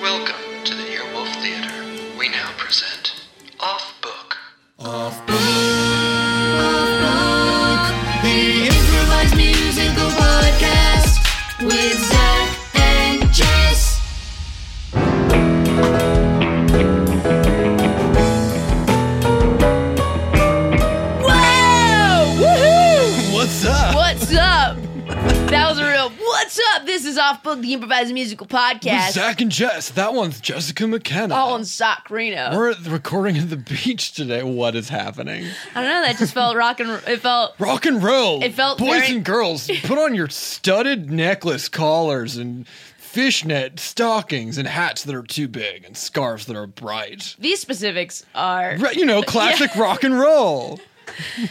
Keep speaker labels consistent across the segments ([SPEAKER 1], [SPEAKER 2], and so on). [SPEAKER 1] Welcome to the Earwolf Theater. We now present Off Book.
[SPEAKER 2] The improvised musical podcast with Zach and Jess.
[SPEAKER 3] Whoa! Woohoo!
[SPEAKER 4] What's up?
[SPEAKER 3] What's up? That was a real what's up? This is Off Book, the improvised musical podcast. Oh,
[SPEAKER 5] Zach and Jess. That one's Jessica McKenna.
[SPEAKER 3] All in sock Reno.
[SPEAKER 5] We're at the recording of the beach today. What is happening?
[SPEAKER 3] I don't know. That just felt rock and it felt
[SPEAKER 5] Rock and roll.
[SPEAKER 3] It felt
[SPEAKER 5] boys
[SPEAKER 3] very-
[SPEAKER 5] and girls. Put on your studded necklace collars and fishnet stockings and hats that are too big and scarves that are bright.
[SPEAKER 3] these specifics are
[SPEAKER 5] Right, You know, classic rock and roll.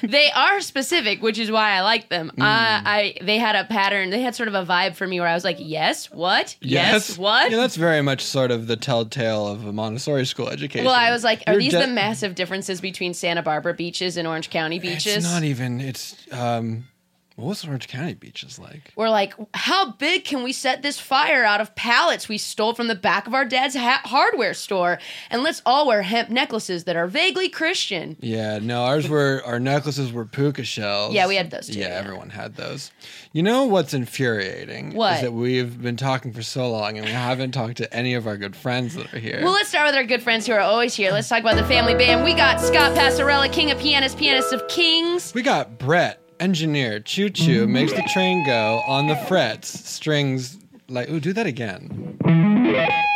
[SPEAKER 3] they are specific, which is why I like them.
[SPEAKER 5] Mm.
[SPEAKER 3] Uh, I they had a pattern. They had sort of a vibe for me where I was like, yes, what, yes, what.
[SPEAKER 5] Yeah, that's very much sort of the telltale of a Montessori school education.
[SPEAKER 3] well, I was like, are
[SPEAKER 5] You're
[SPEAKER 3] these
[SPEAKER 5] de-
[SPEAKER 3] the massive differences between Santa Barbara beaches and Orange County beaches?
[SPEAKER 5] It's not even. It's um. What was Orange County beaches like?
[SPEAKER 3] We're like, how big can we set this fire out of pallets we stole from the back of our dad's ha- hardware store? And let's all wear hemp necklaces that are vaguely Christian.
[SPEAKER 5] Yeah, no, ours were our necklaces were puka shells.
[SPEAKER 3] Yeah, we had those too,
[SPEAKER 5] Yeah,
[SPEAKER 3] yeah.
[SPEAKER 5] everyone had those. You know what's infuriating? is
[SPEAKER 3] What?
[SPEAKER 5] that we've been talking for so long and we haven't talked to any of our good friends that are here.
[SPEAKER 3] Well, let's start with our good friends who are always here. Let's talk about the family band. We got Scott Passarella, king of pianists, pianist of kings.
[SPEAKER 5] we got Brett, engineer, choo choo, makes the train go on the frets, strings like ooh, do that again.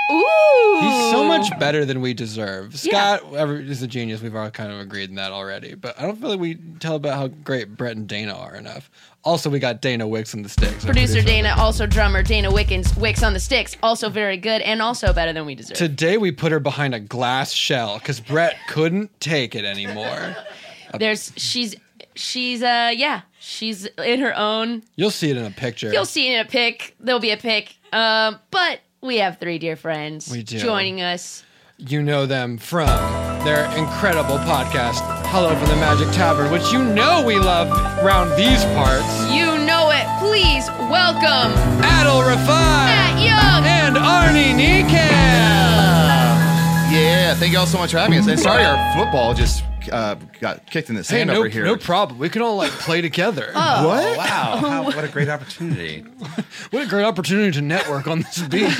[SPEAKER 3] Ooh!
[SPEAKER 5] He's so much better than we deserve. Scott every, is a genius. We've all kind of agreed on that already. But I don't feel like we tell about how great Brett and Dana are enough. Also, we got Dana Wicks on the sticks. our
[SPEAKER 3] Producer Dana, also drummer Dana Wickens, Wicks on the Sticks, also very good and also better than we deserve.
[SPEAKER 5] Today we put her behind a glass shell because Brett couldn't take it anymore.
[SPEAKER 3] There's she's she's uh yeah she's in her own
[SPEAKER 5] You'll see it in a picture.
[SPEAKER 3] You'll see it in a pic. There'll be a pic. Um, but we have three dear friends
[SPEAKER 5] We do.
[SPEAKER 3] joining us.
[SPEAKER 5] You know them from their incredible podcast, Hello from the Magic Tavern, which you know we love round these parts.
[SPEAKER 3] You know it. Please welcome
[SPEAKER 5] Adel Rafai
[SPEAKER 3] Matt Young.
[SPEAKER 5] and Arnie Niekamp.
[SPEAKER 6] Um,
[SPEAKER 7] Yeah, thank you all so much for having us. And sorry, our football just uh, got kicked in the
[SPEAKER 5] Hey,
[SPEAKER 7] sand
[SPEAKER 5] no,
[SPEAKER 7] over here. Oh.
[SPEAKER 5] no problem. We can all like play together.
[SPEAKER 7] What?
[SPEAKER 4] Wow, how, what a great opportunity.
[SPEAKER 5] What a great opportunity to network on this beach.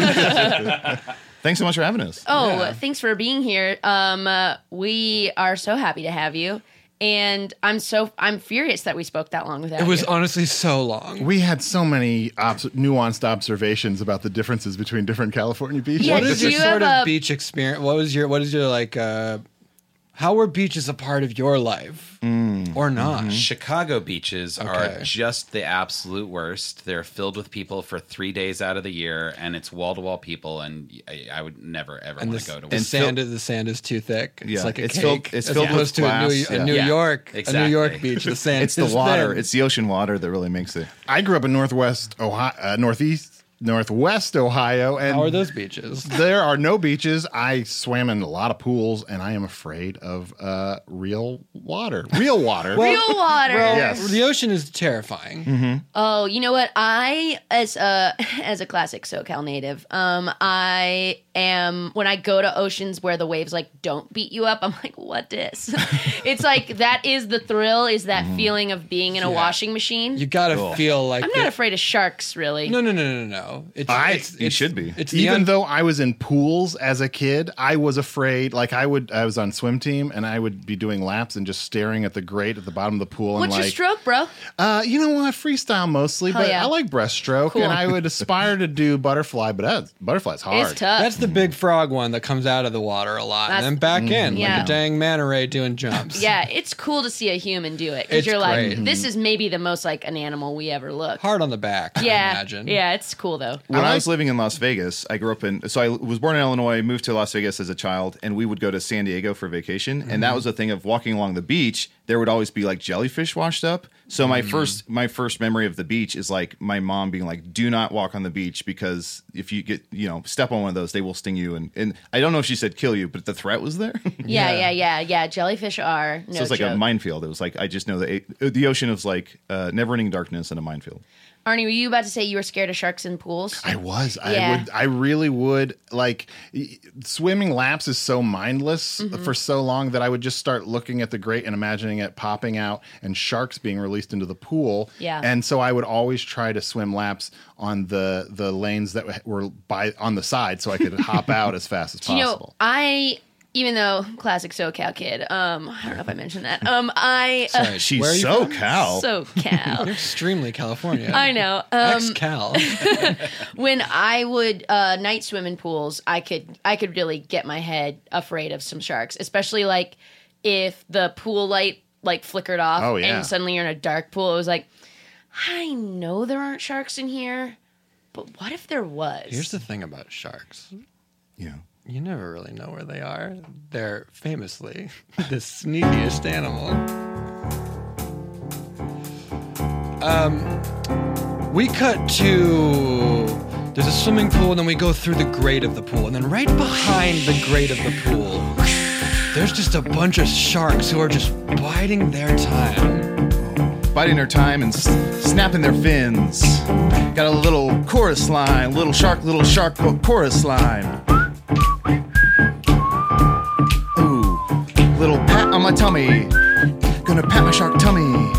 [SPEAKER 7] Thanks so much for having us.
[SPEAKER 3] Oh, thanks for being here. Um, uh, we are so happy to have you. And I'm so I'm furious that we spoke that long without
[SPEAKER 5] it was
[SPEAKER 3] you.
[SPEAKER 5] honestly so long.
[SPEAKER 8] We had so many obs- nuanced observations about the differences between different California beaches.
[SPEAKER 3] Yeah,
[SPEAKER 5] What
[SPEAKER 3] did
[SPEAKER 5] is your
[SPEAKER 3] you
[SPEAKER 5] sort
[SPEAKER 3] have
[SPEAKER 5] of
[SPEAKER 3] a-
[SPEAKER 5] beach experience? What was your what is your like? uh How were beaches a part of your life
[SPEAKER 7] Mm.
[SPEAKER 5] or not?
[SPEAKER 9] Mm-hmm.
[SPEAKER 7] Mm-hmm.
[SPEAKER 4] Chicago beaches
[SPEAKER 5] Okay.
[SPEAKER 4] are just the absolute worst. They're filled with people for three days out of the year, and it's wall to wall people. And I, I would never ever
[SPEAKER 5] And
[SPEAKER 4] want
[SPEAKER 5] the,
[SPEAKER 4] to go to
[SPEAKER 5] the
[SPEAKER 4] one.
[SPEAKER 5] sand is the sand is too thick. It's
[SPEAKER 7] Yeah,
[SPEAKER 5] like a
[SPEAKER 7] it's
[SPEAKER 5] cake.
[SPEAKER 7] filled- it's
[SPEAKER 5] as
[SPEAKER 7] filled with
[SPEAKER 5] opposed to a New,
[SPEAKER 7] glass,
[SPEAKER 5] a
[SPEAKER 7] yeah.
[SPEAKER 5] New
[SPEAKER 4] Yeah,
[SPEAKER 5] York, a
[SPEAKER 4] exactly.
[SPEAKER 5] New York beach. The sand.
[SPEAKER 7] It's the
[SPEAKER 5] is
[SPEAKER 7] water.
[SPEAKER 5] thin.
[SPEAKER 7] It's the ocean water that really makes it.
[SPEAKER 8] I grew up in Northwest Ohio, uh, Northeast Northwest Ohio. And
[SPEAKER 5] How are those beaches?
[SPEAKER 8] there are no beaches. I swam in a lot of pools, and I am afraid of uh, real water. Real water.
[SPEAKER 3] Real water.
[SPEAKER 5] Well,
[SPEAKER 8] Yes.
[SPEAKER 5] The ocean is terrifying.
[SPEAKER 8] Mhm.
[SPEAKER 3] Oh, you know what? I as a as a classic SoCal native, um, I am when I go to oceans where the waves like don't beat you up. I'm like, what is? it's like that is the thrill. Is that feeling of being in a
[SPEAKER 5] Mm-hmm. Yeah.
[SPEAKER 3] washing machine?
[SPEAKER 5] You gotta feel like
[SPEAKER 3] I'm
[SPEAKER 5] the-
[SPEAKER 3] not afraid of sharks, really.
[SPEAKER 5] No, no, no, no, no. It's,
[SPEAKER 8] I
[SPEAKER 5] it's,
[SPEAKER 8] you should be.
[SPEAKER 5] It's the
[SPEAKER 8] Even
[SPEAKER 5] un-
[SPEAKER 8] though I was in pools as a kid, I was afraid. Like I would, I was on swim team, and I would be doing laps and just staring at the grate at the bottom of the pool.
[SPEAKER 3] What's
[SPEAKER 8] and
[SPEAKER 3] your
[SPEAKER 8] like,
[SPEAKER 3] stroke, bro?
[SPEAKER 8] Uh, you know what? Freestyle mostly,
[SPEAKER 3] Hell
[SPEAKER 8] but
[SPEAKER 3] yeah.
[SPEAKER 8] I like breaststroke,
[SPEAKER 3] Cool.
[SPEAKER 8] and I would aspire to do butterfly, but that's butterfly's hard.
[SPEAKER 3] It's tough.
[SPEAKER 5] That's the big frog one that comes out of the water a lot
[SPEAKER 3] That's-
[SPEAKER 5] and then back in like
[SPEAKER 3] Yeah.
[SPEAKER 5] a dang manta ray doing jumps.
[SPEAKER 3] yeah, it's cool to see a human do it because
[SPEAKER 5] It's
[SPEAKER 3] you're like,
[SPEAKER 5] great.
[SPEAKER 3] this is maybe the most like an animal we ever look.
[SPEAKER 5] Hard on the back, I
[SPEAKER 3] yeah,
[SPEAKER 5] imagine.
[SPEAKER 3] yeah, it's cool though. Uh-huh.
[SPEAKER 6] When I was living in Las Vegas, I grew up in. So I was born in Illinois, moved to Las Vegas as a child, and we would go to San Diego for vacation. And that was the thing of walking along the beach. There would always be like jellyfish washed up. So my first my first memory of the beach is like my mom being like, "Do not walk on the beach because if you get you know step on one of those, they will sting you." And and I don't know if she said kill you, but the threat was there.
[SPEAKER 3] Yeah, yeah, yeah, yeah. Jellyfish are no
[SPEAKER 6] so it's like
[SPEAKER 3] joke.
[SPEAKER 6] a minefield. It was like I just know that it- the ocean is like uh, never ending darkness and a minefield.
[SPEAKER 3] Arnie, were you about to say you were scared of sharks in pools?
[SPEAKER 8] I was.
[SPEAKER 3] Yeah.
[SPEAKER 8] I would. I really would. Like y- swimming laps is so mindless
[SPEAKER 3] Mhm.
[SPEAKER 8] for so long that I would just start looking at the grate and imagining it popping out and sharks being released into the pool.
[SPEAKER 3] Yeah.
[SPEAKER 8] And so I would always try to swim laps on the the lanes that were by on the side, so I could hop out as fast as
[SPEAKER 3] Do you
[SPEAKER 8] possible.
[SPEAKER 3] know, I even though classic SoCal kid, um, I don't know if I mentioned that. Um, I
[SPEAKER 5] Sorry,
[SPEAKER 6] she's
[SPEAKER 5] where are you from?
[SPEAKER 6] SoCal.
[SPEAKER 3] SoCal.
[SPEAKER 5] You're extremely California.
[SPEAKER 3] I know. Um,
[SPEAKER 5] Ex-Cal.
[SPEAKER 3] when I would uh, night swim in pools, I could I could really get my head afraid of some sharks, especially like if the pool light like flickered off
[SPEAKER 8] Oh, yeah.
[SPEAKER 3] and suddenly you're in a dark pool. It was like, I know there aren't sharks in here, but what if there was?
[SPEAKER 5] Here's the thing about sharks.
[SPEAKER 6] Yeah.
[SPEAKER 5] You never really know where they are. They're famously the sneakiest animal. Um, we cut to. There's a swimming pool, and then we go through the grate of the pool, and then right behind the grate of the pool, there's just a bunch of sharks who are just biding their time.
[SPEAKER 6] biding their time and s- snapping their fins. Got a little chorus line, little shark, little shark co- chorus line. Ooh, little pat on my tummy. Gonna pat my shark tummy.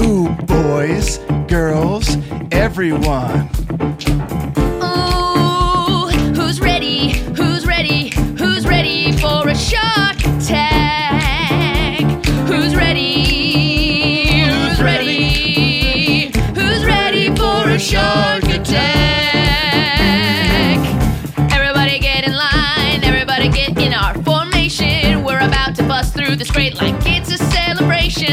[SPEAKER 6] Ooh, boys, girls, everyone.
[SPEAKER 3] Ooh, who's ready? Who's ready? Who's ready for a shark tag? Who's ready? Who's ready? Who's ready for a shark attack? Everybody get in line. Everybody get in our formation. We're about to bust through the straight like it's a celebration.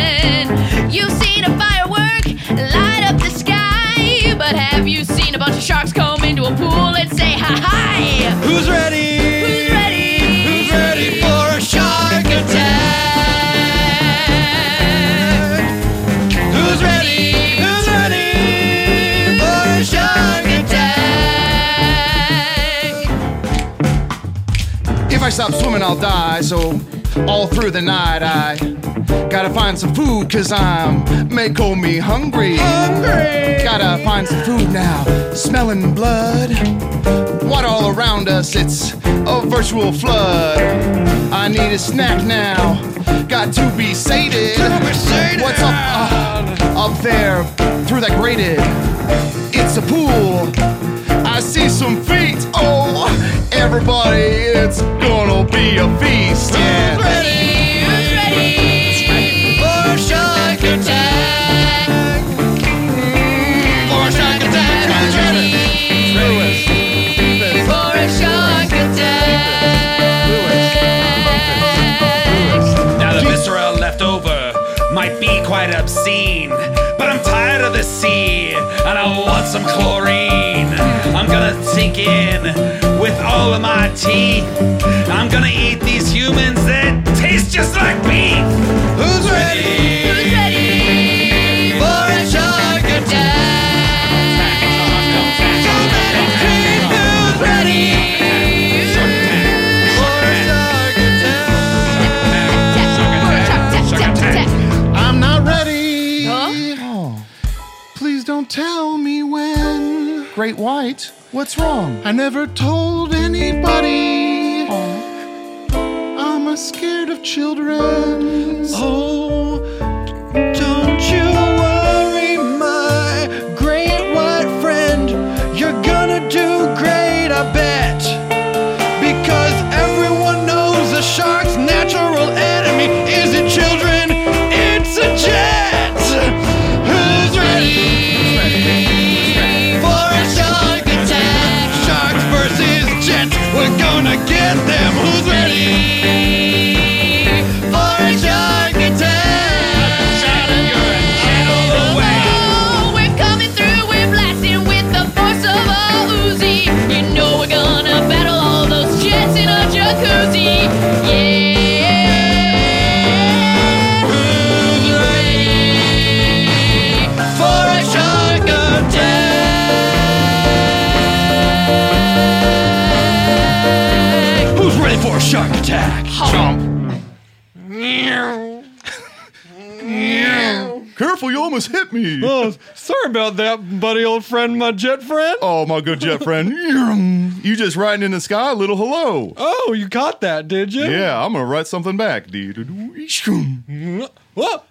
[SPEAKER 3] You've seen a firework light up the sky, but have you seen a bunch of sharks come into a pool and say hi hi?
[SPEAKER 5] Who's ready?
[SPEAKER 3] Who's ready? Who's ready
[SPEAKER 5] for a shark
[SPEAKER 3] attack?
[SPEAKER 5] Who's ready? Who's ready for a shark
[SPEAKER 3] attack?
[SPEAKER 6] If I stop swimming, I'll die. So, all through the night, I gotta find some food, cause I'm may call me hungry. Hungry! Gotta find some food now. Smelling blood. Water all around us, it's a virtual flood. I need a snack now. Got to be sated. What's up, uh, up there through that grated? It's a pool. I see some feet. Oh, everybody, it's gonna be a feast. Yeah.
[SPEAKER 3] Who's ready?
[SPEAKER 5] For a shark
[SPEAKER 3] attack.
[SPEAKER 6] For a shark attack.
[SPEAKER 3] Who's ready? For a shark attack.
[SPEAKER 9] Now the viscera left over might be quite obscene, but I'm tired of the sea and I want some chlorine. I'm gonna sink in with all of my teeth. I'm gonna eat these humans that taste just like beef. Who's ready?
[SPEAKER 3] Who's ready?
[SPEAKER 9] For a shark
[SPEAKER 3] attack.
[SPEAKER 6] great white. What's wrong? E-
[SPEAKER 8] I never told anybody. I'm a scared of children.
[SPEAKER 9] Oh, don't you worry, my great white friend. You're gonna do great, I bet. Because everyone knows a shark's natural enemy isn't children, it's a jet. Who's ready for a shark attack? Sharks versus jets, we're gonna get them. Who's ready? For a shark attack.
[SPEAKER 3] Oh, we're coming through, we're blasting with the force of a Uzi. You know we're gonna battle all those jets in a jacuzzi.
[SPEAKER 9] for a shark attack. Who's ready for a shark attack? Chomp.
[SPEAKER 10] Careful, you almost hit me.
[SPEAKER 9] Oh, sorry about that, buddy, old friend, my jet friend.
[SPEAKER 10] Oh, my good jet friend. you just riding in the sky, little hello.
[SPEAKER 9] Oh, you caught that, did you?
[SPEAKER 10] Yeah, I'm going to write something back.
[SPEAKER 9] What?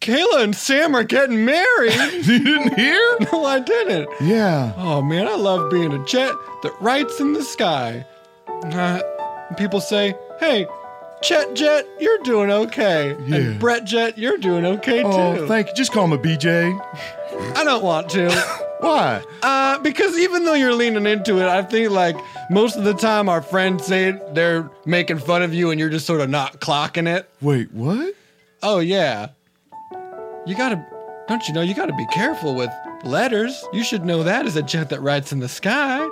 [SPEAKER 9] Kayla and Sam are getting married.
[SPEAKER 10] you didn't hear?
[SPEAKER 9] No, I didn't.
[SPEAKER 10] Yeah.
[SPEAKER 9] Oh man, I love being a jet that writes in the sky. Uh, people say, "Hey, Chet Jet, you're doing okay,"
[SPEAKER 10] Yeah.
[SPEAKER 9] and Brett Jet, you're doing okay
[SPEAKER 10] Oh,
[SPEAKER 9] too.
[SPEAKER 10] thank you. Just call me BJ.
[SPEAKER 9] I don't want to.
[SPEAKER 10] Why?
[SPEAKER 9] Uh, because even though you're leaning into it, I think like most of the time our friends say it, they're making fun of you and you're just sort of not clocking it.
[SPEAKER 10] Wait, what?
[SPEAKER 9] Oh yeah. You gotta don't you know you gotta be careful with letters. You should know that as a jet that rides in the sky.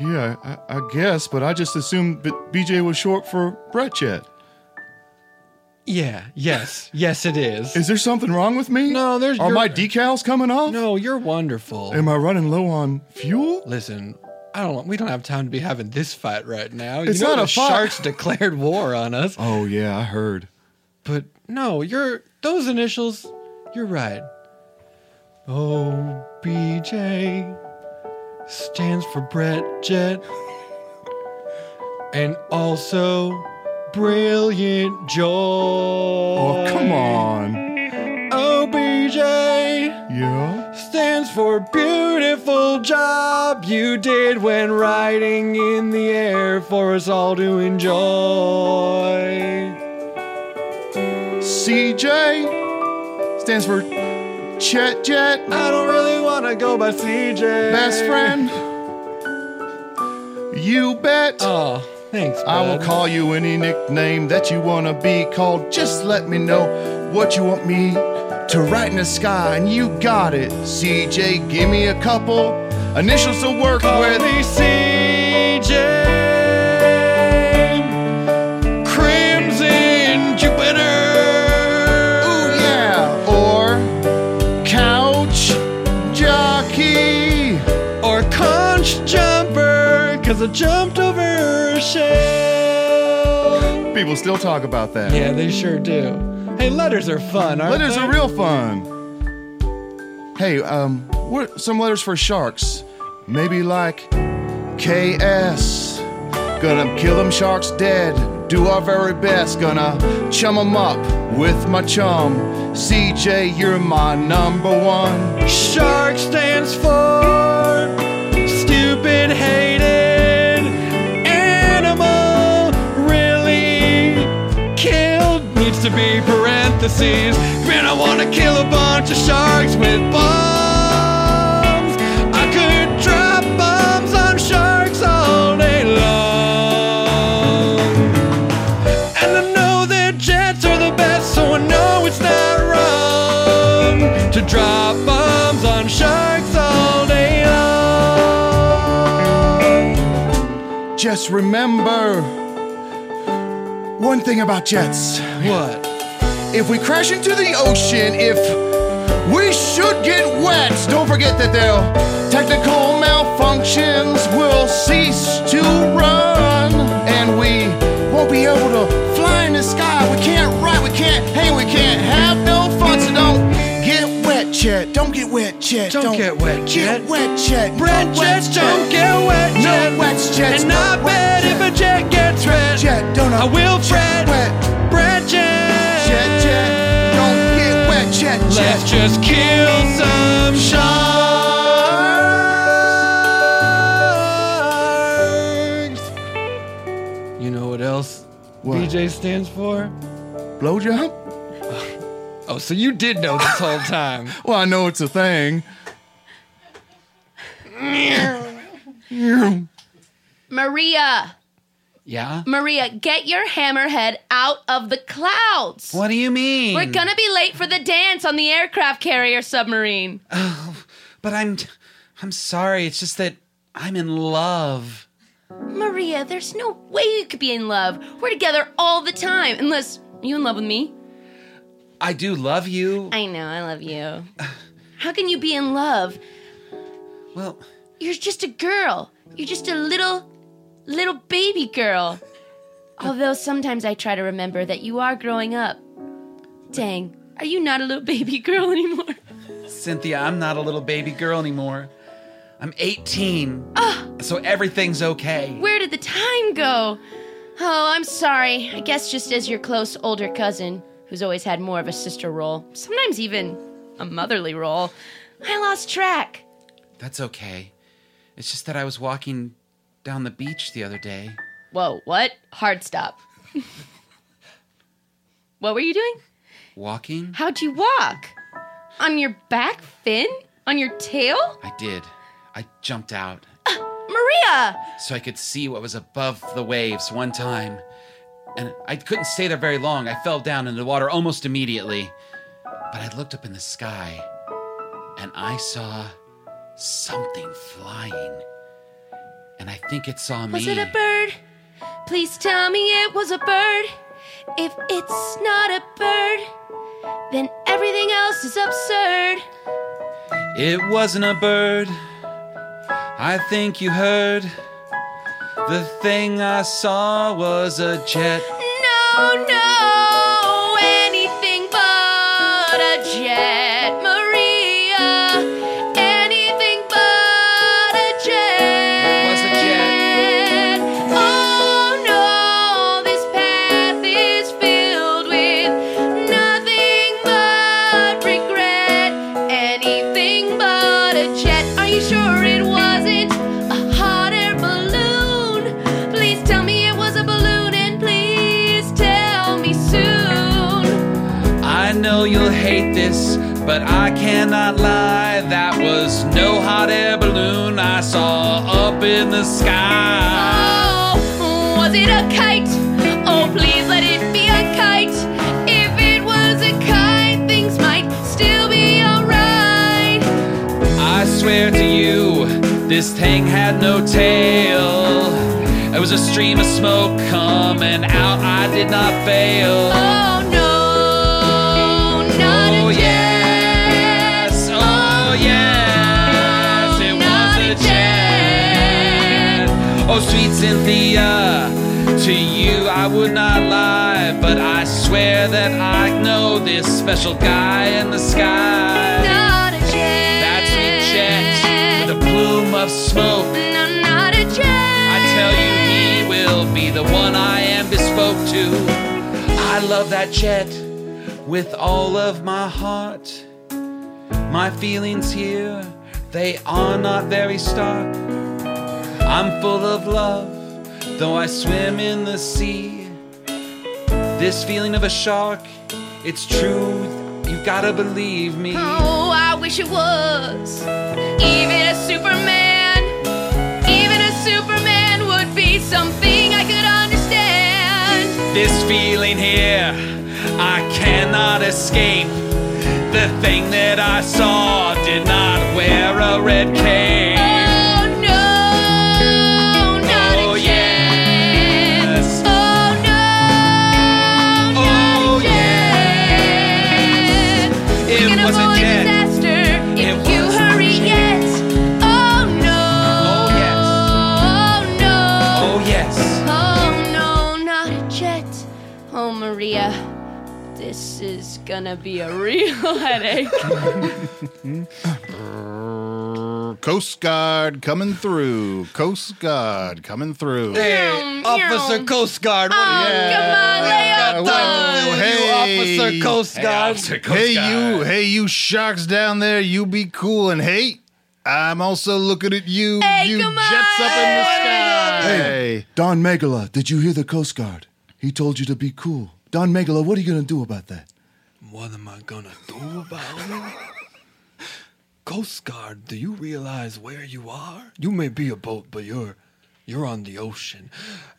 [SPEAKER 10] Yeah, I, I guess, but I just assumed that BJ was short for Brett Jet.
[SPEAKER 9] Yeah, yes, yes it is.
[SPEAKER 10] Is there something wrong with me?
[SPEAKER 9] No, there's
[SPEAKER 10] Are
[SPEAKER 9] you're-
[SPEAKER 10] my decals coming off?
[SPEAKER 9] No, you're wonderful.
[SPEAKER 10] Am I running low on fuel?
[SPEAKER 9] Listen, I don't we don't have time to be having this fight right now.
[SPEAKER 10] It's
[SPEAKER 9] you know
[SPEAKER 10] not
[SPEAKER 9] the
[SPEAKER 10] a fight.
[SPEAKER 9] sharks declared war on us.
[SPEAKER 10] Oh, yeah, I heard.
[SPEAKER 9] But no, you're those initials. You're right. O B J stands for Brett Jet, and also Brilliant Joy.
[SPEAKER 10] Oh,
[SPEAKER 9] Oh
[SPEAKER 10] come on.
[SPEAKER 9] O B J
[SPEAKER 10] Yeah?
[SPEAKER 9] stands for beautiful job you did when riding in the air for us all to enjoy.
[SPEAKER 10] CJ stands for Chet Jet,
[SPEAKER 9] I don't really want to go by CJ.
[SPEAKER 10] best friend. You bet.
[SPEAKER 9] Oh, thanks. Bud.
[SPEAKER 10] I will call you any nickname that you want to be called.
[SPEAKER 6] Oh, Just let me know what you want me to write in the sky, and you got it. CJ, give me a couple initials to work
[SPEAKER 9] Call
[SPEAKER 6] with.
[SPEAKER 9] me CJ. Crimson Jupiter.
[SPEAKER 6] Ooh, yeah. Or couch jockey.
[SPEAKER 9] Or conch jumper, cause I jumped over a shell.
[SPEAKER 10] People still talk about that.
[SPEAKER 9] Yeah, they sure do. Hey, letters are fun, aren't
[SPEAKER 10] Letters
[SPEAKER 9] they?
[SPEAKER 10] are real fun.
[SPEAKER 6] Hey, um, what are some letters for sharks? Maybe like KS. Gonna kill them sharks dead. Do our very best. Gonna chum 'em up with my chum. CJ, you're my number one.
[SPEAKER 9] Shark stands for stupid, hated animal. Really killed needs to be parentheses. Man, I wanna kill a bunch of sharks with bombs. I could drop bombs on sharks all day long. And I know that jets are the best, so I know it's not wrong to drop bombs on sharks all day long.
[SPEAKER 6] Just remember one thing about jets.
[SPEAKER 9] What?
[SPEAKER 6] If we crash into the ocean, if we should get wet, don't forget that their technical malfunctions will cease to run. And we won't be able to fly in the sky. We can't ride, we can't hang, we can't have no fun. So don't get wet, Chet. Don't get wet yet.
[SPEAKER 5] Don't get wet yet.
[SPEAKER 6] Get wet yet.
[SPEAKER 5] Red
[SPEAKER 6] No
[SPEAKER 5] jets don't get wet
[SPEAKER 6] No
[SPEAKER 5] yet.
[SPEAKER 6] wet jets.
[SPEAKER 5] And
[SPEAKER 6] no
[SPEAKER 5] I bet
[SPEAKER 6] wet jet.
[SPEAKER 5] if a jet gets red,
[SPEAKER 6] Jet, don't
[SPEAKER 5] I will
[SPEAKER 6] jet
[SPEAKER 5] fret.
[SPEAKER 6] Wet.
[SPEAKER 5] Red jet.
[SPEAKER 6] Jet jet. Don't get wet jet jet.
[SPEAKER 5] Let's just kill some sharks. You know what else
[SPEAKER 6] What?
[SPEAKER 5] BJ stands for?
[SPEAKER 6] Blowjob?
[SPEAKER 5] Oh, so you did know this whole time.
[SPEAKER 10] Oh,
[SPEAKER 6] Well, I know it's a thing.
[SPEAKER 3] Maria,
[SPEAKER 4] Yeah.
[SPEAKER 3] Maria, get your hammerhead out of the clouds.
[SPEAKER 4] What do you mean?
[SPEAKER 3] We're gonna be late for the dance on the aircraft carrier submarine.
[SPEAKER 4] But I'm I'm sorry. It's just that I'm in love.
[SPEAKER 3] Maria, there's no way you could be in love. We're together all the time. Unless, are you in love with me?
[SPEAKER 4] I do love you.
[SPEAKER 3] I know, I love you. How can you be in love?
[SPEAKER 4] Well,
[SPEAKER 3] You're just a girl. You're just a little, little baby girl. Although sometimes I try to remember that you are growing up. Dang, are you not a little baby girl anymore?
[SPEAKER 4] Cynthia, I'm not a little baby girl anymore. I'm 18. So everything's okay.
[SPEAKER 3] Where did the time go? Oh, I'm sorry. I guess just as your close older cousin, who's always had more of a sister role, sometimes even a motherly role, I lost track.
[SPEAKER 4] That's okay. It's just that I was walking down the beach the other day.
[SPEAKER 3] Whoa, what? Hard stop. what were you doing?
[SPEAKER 4] Walking?
[SPEAKER 3] How'd you walk? On your back fin? On your tail?
[SPEAKER 4] I did. I jumped out
[SPEAKER 3] Maria!
[SPEAKER 4] so I could see what was above the waves one time. And I couldn't stay there very long. I fell down in the water almost immediately. But I looked up in the sky and I saw something flying. And I think it saw me.
[SPEAKER 3] Was it a bird? Please tell me it was a bird. If it's not a bird, then everything else is absurd.
[SPEAKER 4] It wasn't a bird. I think you heard. The thing I saw was a jet.
[SPEAKER 3] No, no, anything but a jet, Maria. Anything but a jet.
[SPEAKER 4] It was a jet.
[SPEAKER 3] Oh no, this path is filled with nothing but regret. Anything but a jet. Are you sure it wasn't a hot air balloon? Please tell me it was a balloon and please tell me soon.
[SPEAKER 4] I know you'll hate this, but I cannot lie. That was no hot air balloon I saw up in the sky.
[SPEAKER 3] Oh, was it a kite? Oh, please let it be a kite. If it was a kite, things might still be alright.
[SPEAKER 4] I swear to you, this thing had no tail. It was a stream of smoke coming out. I did not fail.
[SPEAKER 3] Oh no, not
[SPEAKER 4] Oh,
[SPEAKER 3] a
[SPEAKER 4] yes. Oh, yes. It was a jet. Oh, sweet Cynthia, to you I would not lie, but I swear that I know this special guy in the sky.
[SPEAKER 3] Not a jet.
[SPEAKER 4] That's a jet with a plume of smoke.
[SPEAKER 3] No, not a jet.
[SPEAKER 4] I tell you, he will be the one I am bespoke to. I love that jet with all of my heart. My feelings here, they are not very stark. I'm full of love, though I swim in the sea. This feeling of a shark, it's true, you gotta believe me.
[SPEAKER 3] Oh, I wish it was. Even a Superman, even a Superman would be something I could understand.
[SPEAKER 4] This feeling here, I cannot escape. The thing that I saw did not wear a red cape.
[SPEAKER 3] Oh no, not
[SPEAKER 4] Oh,
[SPEAKER 3] a jet.
[SPEAKER 4] yes.
[SPEAKER 3] Oh no, not
[SPEAKER 4] Oh,
[SPEAKER 3] a jet. We
[SPEAKER 4] It
[SPEAKER 3] can
[SPEAKER 4] was a
[SPEAKER 3] avoid
[SPEAKER 4] jet.
[SPEAKER 3] disaster
[SPEAKER 4] It
[SPEAKER 3] if you
[SPEAKER 4] was a
[SPEAKER 3] hurry
[SPEAKER 4] jet.
[SPEAKER 3] yet. Oh no.
[SPEAKER 4] Oh, yes.
[SPEAKER 3] Oh no.
[SPEAKER 4] Oh, yes.
[SPEAKER 3] Oh no, not a jet. Oh Maria, this is gonna be a real headache.
[SPEAKER 8] Coast Guard coming through. Coast Guard coming through.
[SPEAKER 5] Hey, Officer Coast Guard. What
[SPEAKER 3] oh,
[SPEAKER 5] come on, Hey, Officer Coast Guard.
[SPEAKER 8] hey you, hey you sharks down there, you be cool and hey, I'm also looking at you, you jets up in the sky.
[SPEAKER 10] Hey, Don Megala, did you hear the Coast Guard? He told you to be cool. Don Megala, what are you going to do about that?
[SPEAKER 5] What am I gonna do about it? Coast Guard, do you realize where you are? You may be a boat, but you're you're on the ocean.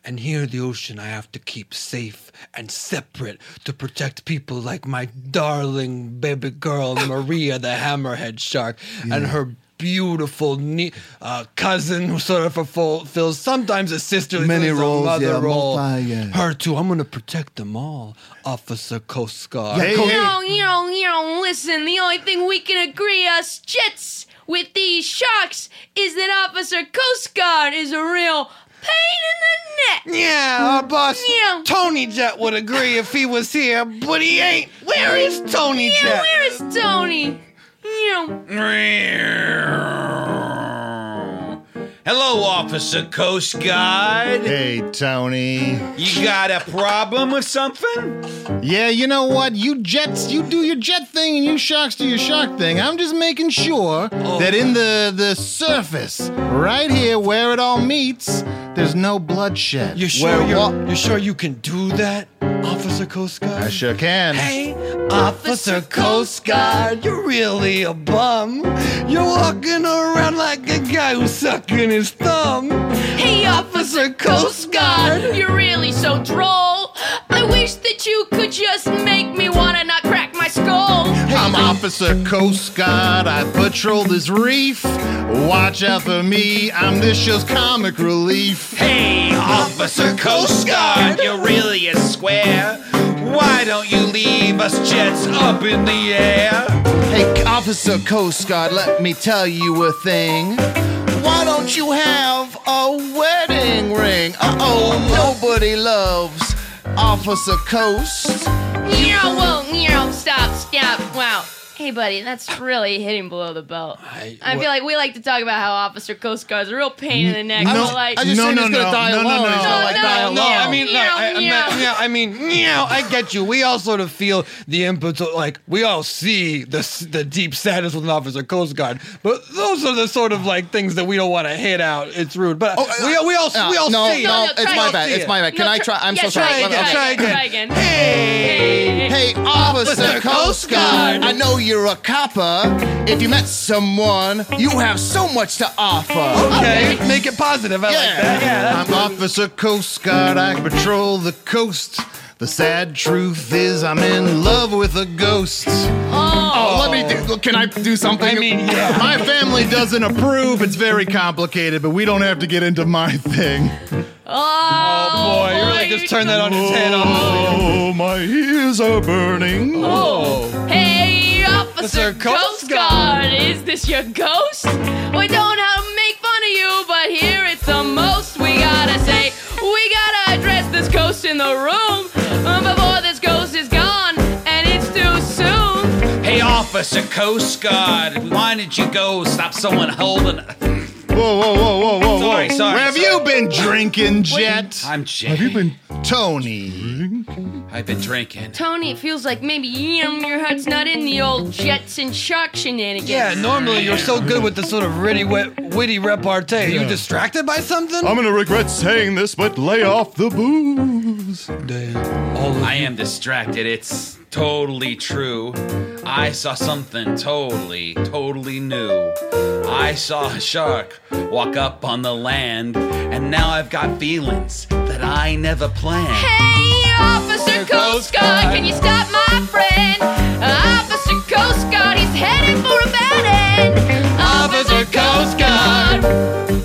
[SPEAKER 5] And here in the ocean I have to keep safe and separate to protect people like my darling baby girl Maria the hammerhead shark and her beautiful nie- uh, cousin who sort of fulfills sometimes a sister
[SPEAKER 10] Many roles,
[SPEAKER 5] a mother
[SPEAKER 10] yeah,
[SPEAKER 5] role.
[SPEAKER 6] Uh,
[SPEAKER 10] multi, yeah.
[SPEAKER 5] Her too. I'm gonna protect them all, Officer Coast Guard.
[SPEAKER 3] Yo, yo, yo, listen, the only thing we can agree us jets with these sharks is that Officer Coast Guard is a real pain in the neck.
[SPEAKER 5] Yeah, our boss
[SPEAKER 3] Yeah.
[SPEAKER 5] Tony Jet would agree if he was here, but he ain't. Where is Tony
[SPEAKER 3] Yeah,
[SPEAKER 5] Jet?
[SPEAKER 3] where is Tony? Yo.
[SPEAKER 9] Hello, Officer Coast Guard.
[SPEAKER 8] Hey Tony.
[SPEAKER 9] You got a problem with something?
[SPEAKER 8] Yeah, you know what? You jets, you do your jet thing, and you sharks do your shark thing. I'm just making sure
[SPEAKER 5] Oh.
[SPEAKER 8] that in the the surface, right here where it all meets, there's no bloodshed.
[SPEAKER 5] You sure
[SPEAKER 8] Where
[SPEAKER 5] you're,
[SPEAKER 8] wa-
[SPEAKER 5] you sure you can do that, Officer Coast Guard?
[SPEAKER 8] I sure can.
[SPEAKER 5] Hey, Officer Coast Guard, you're really a bum. You're walking around like a guy who's sucking his thumb.
[SPEAKER 3] Hey,
[SPEAKER 5] Officer Coast Guard.
[SPEAKER 3] You're really so droll. I wish that you could just make me wanna not crack my skull.
[SPEAKER 8] I'm Officer Coast Guard. I patrol this reef. Watch out for me. I'm this show's comic relief.
[SPEAKER 9] Hey, Officer Coast Guard, you're really a square. Why don't you leave us jets up in the air?
[SPEAKER 6] Hey, Officer Coast Guard, let me tell you a thing. Why don't you have a wedding ring? Uh oh, nobody loves Officer Coast.
[SPEAKER 3] Yo, whoa, yo, stop, stop. Wow. Hey, buddy, that's really hitting below the belt. I,
[SPEAKER 5] wha-
[SPEAKER 3] feel like we like to talk about how Officer Coast Guard's a real pain in the neck.
[SPEAKER 5] no,
[SPEAKER 3] but like,
[SPEAKER 5] I just No, said he's no, gonna no, die no, no, alone. no. He's gonna,
[SPEAKER 3] No,
[SPEAKER 5] like,
[SPEAKER 3] no,
[SPEAKER 5] die
[SPEAKER 3] no.
[SPEAKER 5] alone. I mean, like, I, I'm
[SPEAKER 3] Meow,
[SPEAKER 5] not-
[SPEAKER 3] meow.
[SPEAKER 5] yeah, I mean, meow, I get you. We all sort of feel the inputs. of, Like we all see the s- the deep sadness with an officer Coast Guard, but those are the sort of like things that we don't want to hit out. It's rude, but we, all we all
[SPEAKER 6] uh,
[SPEAKER 5] we all
[SPEAKER 6] no,
[SPEAKER 5] see.
[SPEAKER 6] no,
[SPEAKER 5] it.
[SPEAKER 6] it's
[SPEAKER 5] We
[SPEAKER 6] my
[SPEAKER 5] all
[SPEAKER 6] bad,
[SPEAKER 5] see
[SPEAKER 6] it's
[SPEAKER 5] it.
[SPEAKER 6] my bad. Can I try- I'm
[SPEAKER 3] yeah,
[SPEAKER 6] so sorry.
[SPEAKER 3] Try
[SPEAKER 6] Let me-
[SPEAKER 3] again.
[SPEAKER 6] I'll
[SPEAKER 3] Try
[SPEAKER 6] try
[SPEAKER 3] again.
[SPEAKER 6] again.
[SPEAKER 3] Try again.
[SPEAKER 6] Hey, Officer Coast Guard, I know you're a copper. If you met someone, you have so much to offer.
[SPEAKER 5] Okay, make it positive. I like that. Yeah, that's
[SPEAKER 8] I'm Officer Coast Guard. I patrol the coast. The sad truth is, I'm in love with a ghost.
[SPEAKER 3] Oh,
[SPEAKER 8] Oh, let me. Do, can I do something?
[SPEAKER 5] I mean, yeah.
[SPEAKER 8] My family doesn't approve. It's very complicated, but we don't have to get into my thing.
[SPEAKER 3] oh,
[SPEAKER 5] boy, you really just turned that on its head. Honestly.
[SPEAKER 8] Oh, my ears are burning.
[SPEAKER 3] Oh. Hey, Officer
[SPEAKER 5] Officer
[SPEAKER 3] Coast
[SPEAKER 5] Coast
[SPEAKER 3] Guard, is this your ghost? We don't know how to make fun of you, but here it's the most we gotta say. We gotta address this ghost in the room uh, before this ghost is gone, and it's too soon.
[SPEAKER 9] Hey, Officer Coast Guard, why did you go stop someone holding
[SPEAKER 8] Whoa, whoa, whoa, whoa, whoa,
[SPEAKER 9] Sorry,
[SPEAKER 8] whoa.
[SPEAKER 9] sorry,
[SPEAKER 8] Where have
[SPEAKER 9] sorry.
[SPEAKER 8] you been drinking, Jet?
[SPEAKER 9] I'm Jet.
[SPEAKER 8] Have you been Tony?
[SPEAKER 9] I've been drinking.
[SPEAKER 3] Tony, it feels like maybe yum, your heart's not in the old Jets and Shark shenanigans.
[SPEAKER 5] Yeah, normally you're so good with the sort of witty, wit- witty repartee. Are you distracted by something?
[SPEAKER 10] I'm going to regret saying this, but lay off the booze.
[SPEAKER 9] I am distracted. It's totally true. I saw something totally, totally new. I saw a shark walk up on the land, and now I've got feelings that I never planned.
[SPEAKER 3] Hey, Officer Coast Guard, can you stop my friend? Officer Coast Guard, he's headed for a bad end. Officer Coast Guard,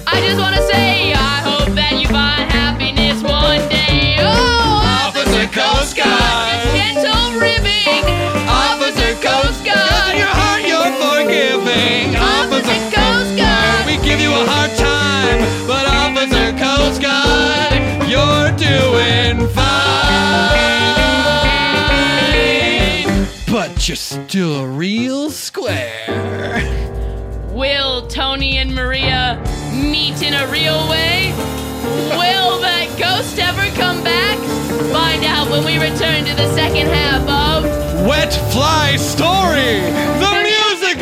[SPEAKER 3] I just want to say I hope that you find happiness one day. Oh, Officer Coast Guard, it's gentle ribbing. Officer Coast
[SPEAKER 5] In your
[SPEAKER 3] Guard,
[SPEAKER 5] heart, you're forgiving.
[SPEAKER 3] Officer Coast Guard.
[SPEAKER 5] We give you a hard time, but Officer Coast Guard, you're doing fine. but you're still a real square.
[SPEAKER 3] Will Tony and Maria meet in a real way? Will that ghost ever come back? Find out when we return to the second half of
[SPEAKER 5] Wet Fly Story, the musical!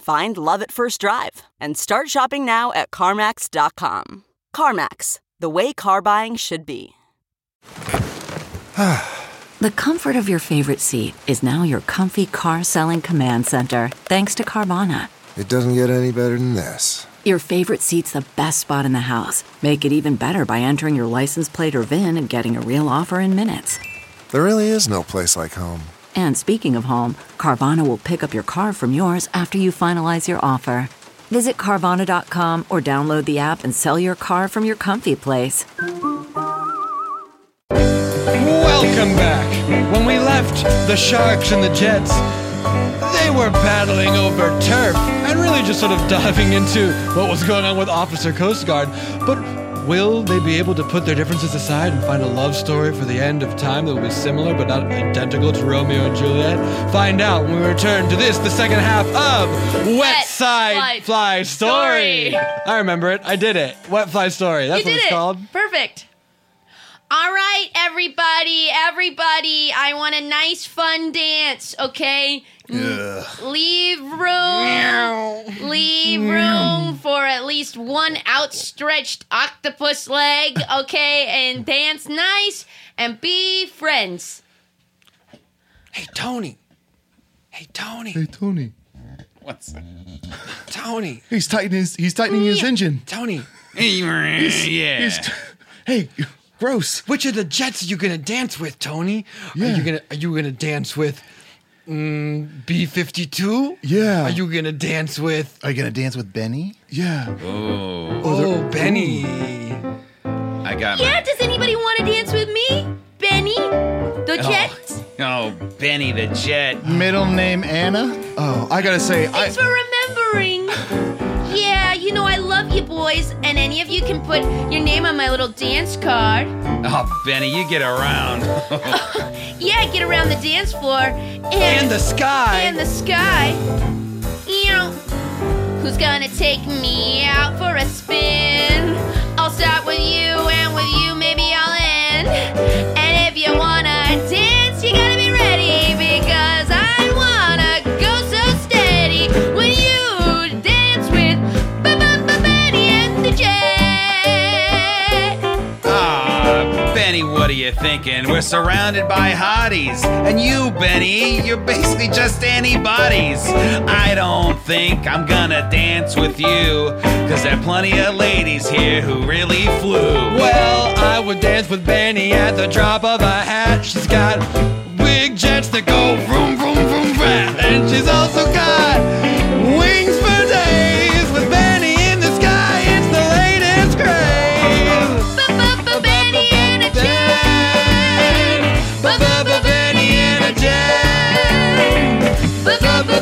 [SPEAKER 11] Find love at first drive and start shopping now at CarMax.com. CarMax, the way car buying should be.
[SPEAKER 12] The comfort of your favorite seat is now your comfy car selling command center, thanks to Carvana.
[SPEAKER 13] It doesn't get any better than this.
[SPEAKER 12] Your favorite seat's the best spot in the house. Make it even better by entering your license plate or VIN and getting a real offer in minutes.
[SPEAKER 13] There really is no place like home.
[SPEAKER 12] And speaking of home, Carvana will pick up your car from yours after you finalize your offer. Visit Carvana.com or download the app and sell your car from your comfy place.
[SPEAKER 5] Welcome back. When we left, the Sharks and the Jets, they were battling over turf and really just sort of diving into what was going on with Officer Coast Guard. But will they be able to put their differences aside and find a love story for the end of time that will be similar but not identical to Romeo and Juliet? Find out when we return to this, the second half of Wet, Side Fly, Story. I remember it. I did it. Wet Fly Story. That's
[SPEAKER 3] You
[SPEAKER 5] what
[SPEAKER 3] did
[SPEAKER 5] it's
[SPEAKER 3] it.
[SPEAKER 5] called.
[SPEAKER 3] Perfect. All right, everybody, everybody, I want a nice fun dance, okay? Leave room. Leave room for at least one outstretched octopus leg, okay? And dance nice and be friends.
[SPEAKER 5] Hey, Tony. Hey, Tony.
[SPEAKER 10] Hey, Tony.
[SPEAKER 5] What's that? Tony.
[SPEAKER 10] He's tightening his, he's tightening his engine.
[SPEAKER 5] Tony.
[SPEAKER 10] He's-
[SPEAKER 5] yeah.
[SPEAKER 10] he's- hey, gross.
[SPEAKER 5] Which of the Jets are you gonna dance with, Tony? Are you gonna Are you gonna dance with mm, B fifty two?
[SPEAKER 10] Yeah.
[SPEAKER 5] Are you gonna dance with?
[SPEAKER 8] Are you gonna dance with Benny?
[SPEAKER 10] Yeah.
[SPEAKER 4] Oh.
[SPEAKER 5] Oh, Benny.
[SPEAKER 4] I got
[SPEAKER 3] Yeah, does anybody want to dance with me? Benny? The
[SPEAKER 4] Oh.
[SPEAKER 3] Jet?
[SPEAKER 4] my. Oh, Benny the Jet.
[SPEAKER 8] Middle name Anna?
[SPEAKER 10] Oh, I gotta say,
[SPEAKER 3] Thanks for remembering. Yeah, you know I love you boys, and any of you can put your name on my little dance card.
[SPEAKER 4] Oh, Benny, you get around.
[SPEAKER 3] Yeah, get around the dance floor and,
[SPEAKER 4] the sky.
[SPEAKER 3] And the sky. You know, who's gonna take me out for a spin? I'll start with you, and with you, maybe I'll end. And if you wanna dance, you gotta be ready because I wanna go so steady when you dance with Benny and the Jet.
[SPEAKER 4] Ah, Benny, what are you thinking? We're surrounded by hotties. And you, Benny, you're basically just antibodies. I don't think I'm gonna dance with you. Cause there are plenty of ladies here who really flew.
[SPEAKER 5] Well, I would dance with Benny at the drop of a hat. She's got big jets that go vroom vroom vroom vroom, and she's also got wings for days with Benny in the sky. It's the latest craze.
[SPEAKER 3] Benny and a
[SPEAKER 5] jet. Benny and a jet.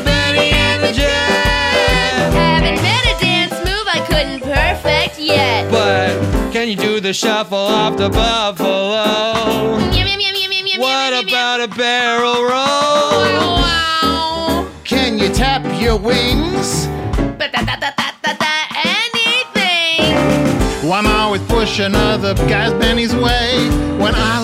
[SPEAKER 5] Benny and a jet.
[SPEAKER 3] Haven't met a dance move I couldn't perfect yet.
[SPEAKER 5] But can you do the shuffle off the buffalo?
[SPEAKER 3] Yum, yum, yum, yum, yum, yum,
[SPEAKER 5] What
[SPEAKER 3] yum, yum, yum.
[SPEAKER 5] about a barrel roll?
[SPEAKER 8] Oh, Can you tap your wings?
[SPEAKER 3] Anything.
[SPEAKER 8] Why am I always pushing other guys Benny's way when I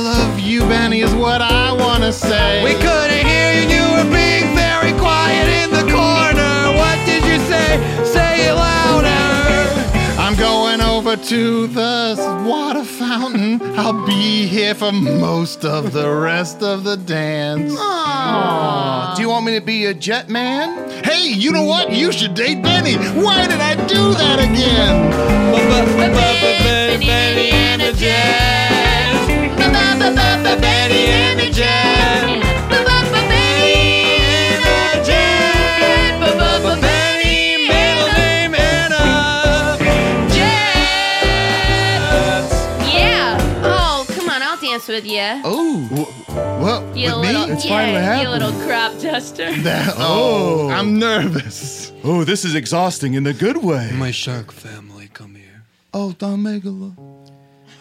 [SPEAKER 6] to the water fountain. I'll be here for most of the rest of the dance.
[SPEAKER 8] Aw. Do you want me to be a jet man?
[SPEAKER 6] Hey, you know what? You should date Benny. Why did I do that again?
[SPEAKER 9] Benny and the Jets. Benny and the Jets.
[SPEAKER 3] Yeah. Oh, come on, I'll dance with you.
[SPEAKER 6] Oh, well,
[SPEAKER 3] You little, yeah, you little crop duster.
[SPEAKER 6] oh, I'm nervous.
[SPEAKER 10] Oh, this is exhausting in the good way.
[SPEAKER 5] My shark family, come here.
[SPEAKER 10] Oh, Don Megala.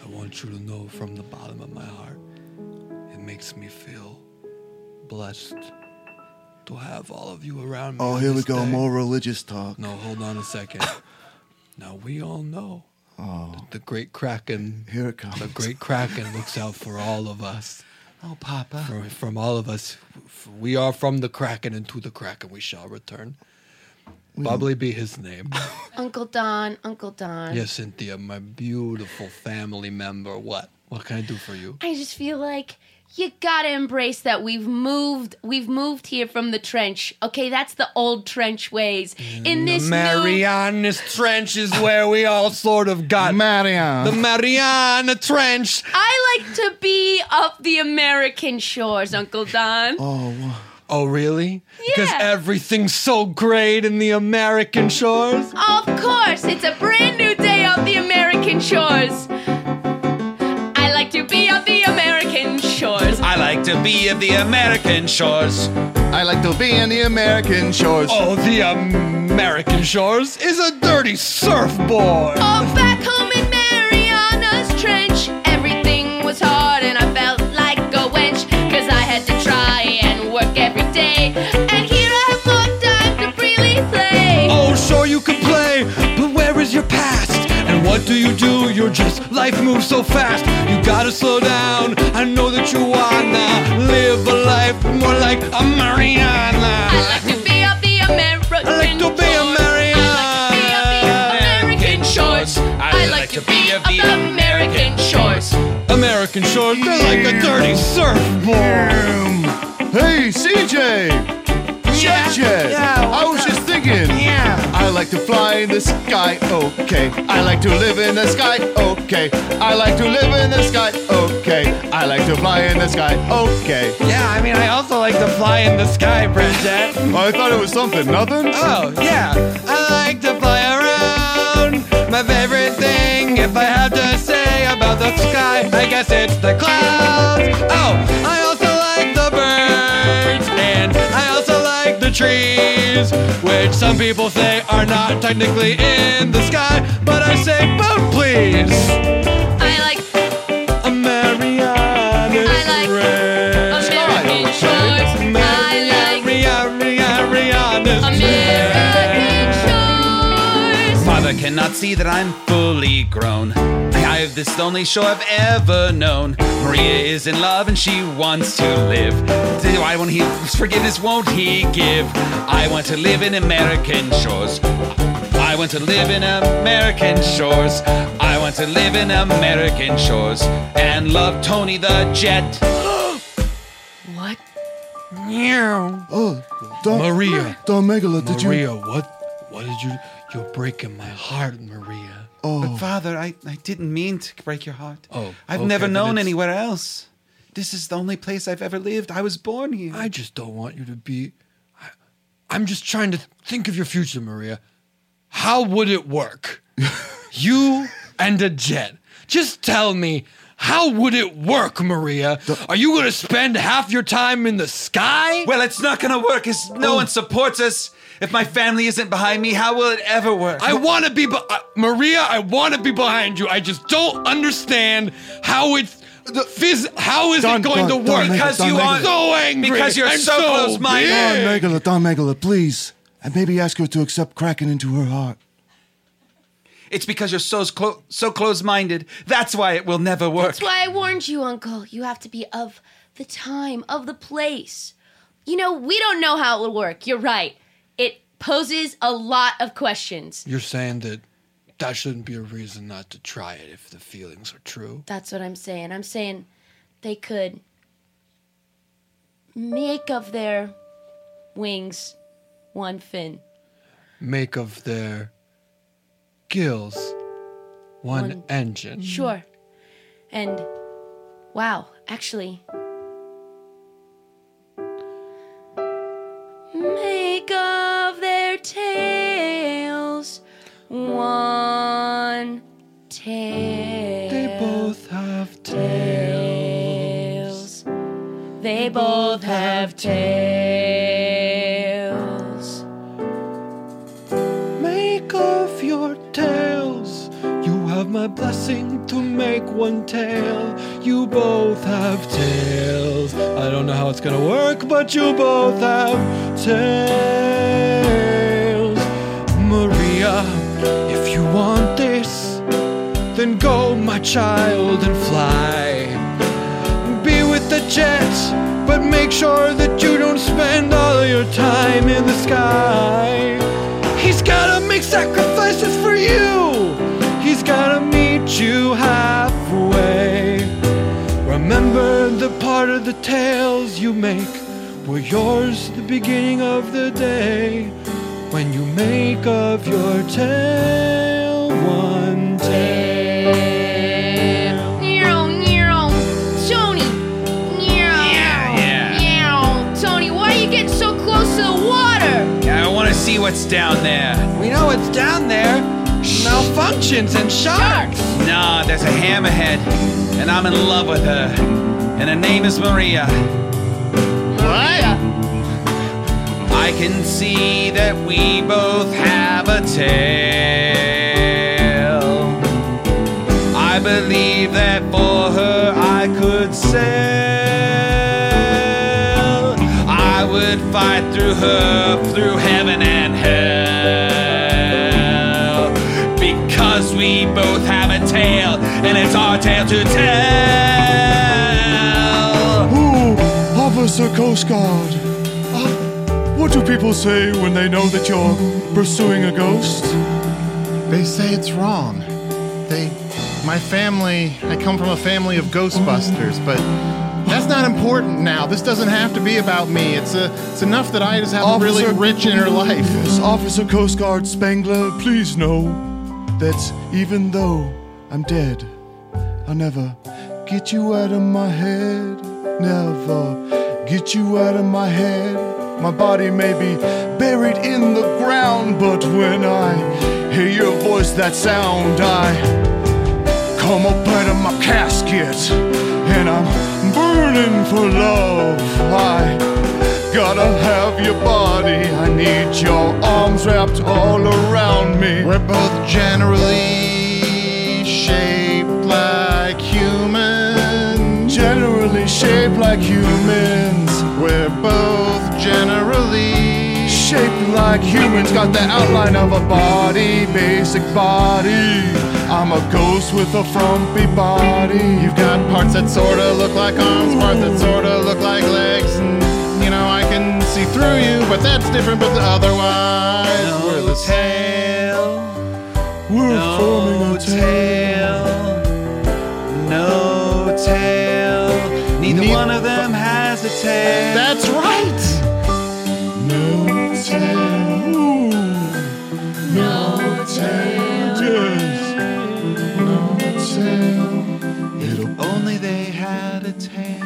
[SPEAKER 5] I want you to know from the bottom of my heart, it makes me feel blessed to have all of you around me.
[SPEAKER 10] Oh,
[SPEAKER 5] on
[SPEAKER 10] here we
[SPEAKER 5] this
[SPEAKER 10] go.
[SPEAKER 5] day.
[SPEAKER 10] More religious talk.
[SPEAKER 5] No, hold on a second. now we all know
[SPEAKER 10] Oh,
[SPEAKER 5] that the great kraken.
[SPEAKER 10] Here it comes.
[SPEAKER 5] The great kraken looks out for all of us.
[SPEAKER 8] Oh, Papa.
[SPEAKER 5] From, from all of us, F- we are from the kraken, and to the kraken we shall return. Bubbly be his name.
[SPEAKER 3] Uncle Don, Uncle Don.
[SPEAKER 5] yes, Cynthia, my beautiful family member. What? What can I do for you?
[SPEAKER 3] I just feel like you gotta embrace that we've moved. We've moved here from the trench. Okay, that's the old trench ways. In this new
[SPEAKER 5] Marianas Trench is where we all sort of got
[SPEAKER 6] Mariana.
[SPEAKER 5] The Mariana Trench.
[SPEAKER 3] I like to be up the American shores, Uncle Don.
[SPEAKER 5] Oh, oh, really? Because everything's so great in the American shores.
[SPEAKER 3] Of course, it's a brand new day on the American shores. I like to be on the American shores.
[SPEAKER 4] I like to be of the American shores.
[SPEAKER 6] I like to be in the American shores.
[SPEAKER 5] Oh, the American shores is a dirty surfboard.
[SPEAKER 3] Oh, back home in Mariana's Trench, everything was hard and I felt like a wench. Cause I had to try and work every day. And here I have more time to freely play.
[SPEAKER 5] Oh, sure you can play, but where is your past? And what do you do? You're just life moves so fast. You gotta slow down. I know that you wanna live a life more like a Mariana.
[SPEAKER 3] I like to be up the American
[SPEAKER 5] I like to be a Mariana.
[SPEAKER 3] American shores. I like to be of the American shores.
[SPEAKER 5] American shores, they're like a dirty surfboard.
[SPEAKER 6] Hey, CJ!
[SPEAKER 5] Yeah,
[SPEAKER 6] CJ!
[SPEAKER 5] yeah,
[SPEAKER 6] I was just thinking.
[SPEAKER 5] Yeah.
[SPEAKER 6] I like to fly in the sky, okay. I like to live in the sky, okay. I like to live in the sky, okay. I like to fly in the sky, okay.
[SPEAKER 5] Yeah, I mean, I also like to fly in the sky, Bridget.
[SPEAKER 6] Oh, I thought it was something, nothing?
[SPEAKER 5] Oh, yeah. I like to fly around. My favorite thing, if I have to say about the sky, I guess it's the clouds. Oh, I also like the birds. And I also like the trees, which some people say are not technically in the sky, but I say both, please.
[SPEAKER 3] I like
[SPEAKER 5] A Marianas
[SPEAKER 3] I like
[SPEAKER 5] Trench.
[SPEAKER 3] American shores. I like
[SPEAKER 5] Marianas
[SPEAKER 3] American shores.
[SPEAKER 4] Father cannot see that I'm fully grown. I have this lonely show I've ever known. Maria is in love and she wants to live. Why won't he forgiveness? Won't he give? I want to live in American shores. I want to live in American shores. I want to live in American shores and love Tony the Jet.
[SPEAKER 3] What?
[SPEAKER 10] Oh, Don
[SPEAKER 5] Maria.
[SPEAKER 10] Don Megala, did you?
[SPEAKER 5] Maria, what? What did you? You're breaking my heart, Maria.
[SPEAKER 4] But
[SPEAKER 10] Oh,
[SPEAKER 4] Father, I, I didn't mean to break your heart.
[SPEAKER 5] Oh,
[SPEAKER 4] I've
[SPEAKER 5] okay,
[SPEAKER 4] never
[SPEAKER 5] then
[SPEAKER 4] known
[SPEAKER 5] it's-
[SPEAKER 4] anywhere else. This is the only place I've ever lived. I was born here.
[SPEAKER 5] I just don't want you to be. I, I'm just trying to think of your future, Maria. How would it work? you and a jet. Just tell me. How would it work, Maria? Are you going to spend half your time in the sky? Oh.
[SPEAKER 4] Well, it's not gonna work if no one supports us. If my family isn't behind me, how will it ever work?
[SPEAKER 5] I want to be, be- uh, Maria. I want to be behind you. I just don't understand how it's. Phys- how is
[SPEAKER 10] Don-
[SPEAKER 5] it going
[SPEAKER 10] Don-
[SPEAKER 5] to
[SPEAKER 10] Don
[SPEAKER 5] work?
[SPEAKER 10] Megala,
[SPEAKER 4] Because
[SPEAKER 10] Don
[SPEAKER 4] you
[SPEAKER 10] Megala.
[SPEAKER 4] are-
[SPEAKER 5] I'm so angry.
[SPEAKER 4] Because you're
[SPEAKER 5] I'm
[SPEAKER 4] so close-minded.
[SPEAKER 10] Don
[SPEAKER 5] big.
[SPEAKER 10] Megala, Don Megala, please, and maybe ask her to accept Kraken into her heart.
[SPEAKER 4] It's because you're so clo- so close-minded. That's why it will never work.
[SPEAKER 3] That's why I warned you, Uncle. You have to be of the time, of the place. You know, we don't know how it would work. You're right. It poses a lot of questions.
[SPEAKER 5] You're saying that that shouldn't be a reason not to try it if the feelings are true.
[SPEAKER 3] That's what I'm saying. I'm saying they could make of their wings one fin.
[SPEAKER 5] Make of their gills one, engine.
[SPEAKER 3] Sure. And wow, actually. Make of their tails one tail. They both have tails. They both have tails.
[SPEAKER 5] Make of your tails. You have my blessing to make one tail. You both have tails. I don't know how it's gonna work, but you both have tails. Maria, if you want this, then go, my child, and fly. Be with the jets, but make sure that you don't spend all your time in the sky. He's gotta make sacrifices for you. He's gotta meet you halfway. Remember the part of the tales you make were yours the beginning of the day. When you make of your tail one tail.
[SPEAKER 14] Nero, Nero, Tony. Nero.
[SPEAKER 4] yeah.
[SPEAKER 14] Nero. Tony, why are you getting so close to the water?
[SPEAKER 4] Yeah, I want to see what's down there.
[SPEAKER 5] We know it's down there. Malfunctions and sharks.
[SPEAKER 4] Nah, there's a hammerhead, and I'm in love with her, and her name is Maria. What? I can see that we both have a tail. I believe that for her I could sail. I would fight through her, through heaven and hell. Because we both have a tale, and it's our tale to tell.
[SPEAKER 10] Ooh, Officer Coast Guard. Uh, what do people say when they know that you're pursuing a ghost?
[SPEAKER 8] They say it's wrong. They, my family, I come from a family of Ghostbusters, but that's not important now. This doesn't have to be about me. It's a, it's enough that I just have a really rich inner life.
[SPEAKER 10] Yes, Officer Coast Guard Spangler, please know that even though I'm dead, I'll never get you out of my head. Never get you out of my head. My body may be buried in the ground, but when I hear your voice, that sound, I come up out of my casket and I'm burning for love. I Gotta have your body. I need your arms wrapped all around me.
[SPEAKER 8] We're both generally shaped like humans.
[SPEAKER 10] Generally shaped like humans.
[SPEAKER 8] We're both generally
[SPEAKER 10] shaped like humans. Got the outline of a body, basic body. I'm a ghost with a frumpy body.
[SPEAKER 8] You've got parts that sorta look like arms, parts that sorta look like legs, and you know I can see through you, but that's different. But otherwise, we're the
[SPEAKER 4] tail.
[SPEAKER 10] We're
[SPEAKER 4] No tail. No tail. Neither one of them has a tail.
[SPEAKER 8] That's right.
[SPEAKER 10] No tail.
[SPEAKER 9] No tail.
[SPEAKER 10] No tail. It'll
[SPEAKER 4] Only they had a tail.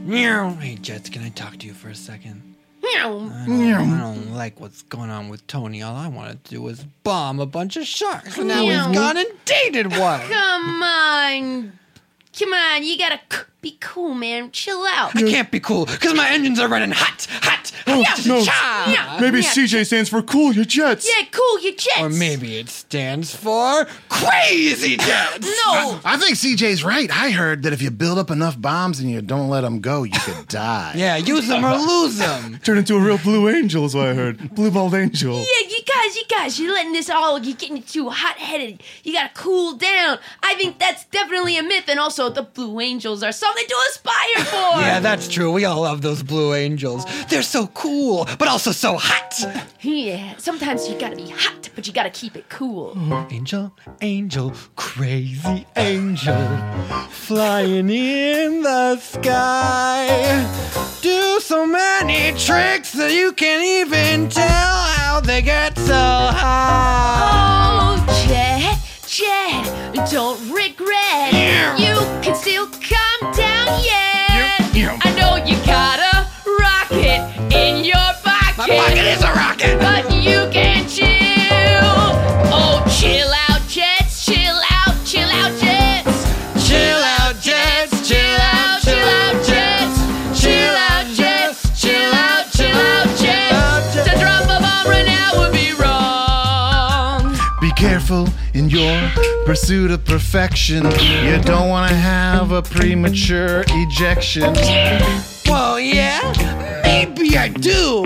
[SPEAKER 5] Meow. Hey, Jets, can I talk to you for a second? I don't, I
[SPEAKER 9] Meow.
[SPEAKER 5] don't like what's going on with Tony. All I wanted to do was bomb a bunch of sharks, and now he's gone and dated one.
[SPEAKER 14] Come on. Come on, you gotta c- be cool, man. Chill out.
[SPEAKER 5] I can't be cool because my engines are running hot, hot,
[SPEAKER 10] Oh,
[SPEAKER 5] hot.
[SPEAKER 10] no.
[SPEAKER 5] cha.
[SPEAKER 10] Maybe CJ stands for cool your jets.
[SPEAKER 14] Yeah, cool, you jets.
[SPEAKER 5] Or maybe it stands for crazy jets.
[SPEAKER 14] No.
[SPEAKER 8] I think CJ's right. I heard that if you build up enough bombs and you don't let them go, you could die.
[SPEAKER 5] Yeah, use them or lose them.
[SPEAKER 10] Turn into a real blue angel is what I heard. Blue balled angel.
[SPEAKER 14] Yeah, you guys
[SPEAKER 3] guys, you guys, you're letting this all, you're getting too hot headed. You gotta cool down. I think that's definitely a myth. And also, the Blue Angels are something to aspire for.
[SPEAKER 9] Yeah, that's true. We all love those blue angels. They're so cool, but also so hot.
[SPEAKER 3] Yeah, sometimes you gotta be hot, but you gotta keep it cool.
[SPEAKER 9] Angel, angel, crazy angel, flying in the sky. Do so many tricks that you can't even tell how they get so high.
[SPEAKER 3] Oh, Jet, Jet, don't regret it. You can still come down yet. I know you got a rocket in your pocket.
[SPEAKER 15] My pocket is a rocket.
[SPEAKER 3] But you can chill. Oh, chill out, Jets, chill out, chill out, Jets.
[SPEAKER 15] Chill out, Jets. Chill out, chill out, Jets. Chill out, Jets. Chill out, chill out, Jets.
[SPEAKER 3] To drop a bomb right now would be wrong.
[SPEAKER 8] Be careful in your pursuit of perfection. You don't want to have a premature ejection.
[SPEAKER 9] Well, Oh, yeah, maybe I do.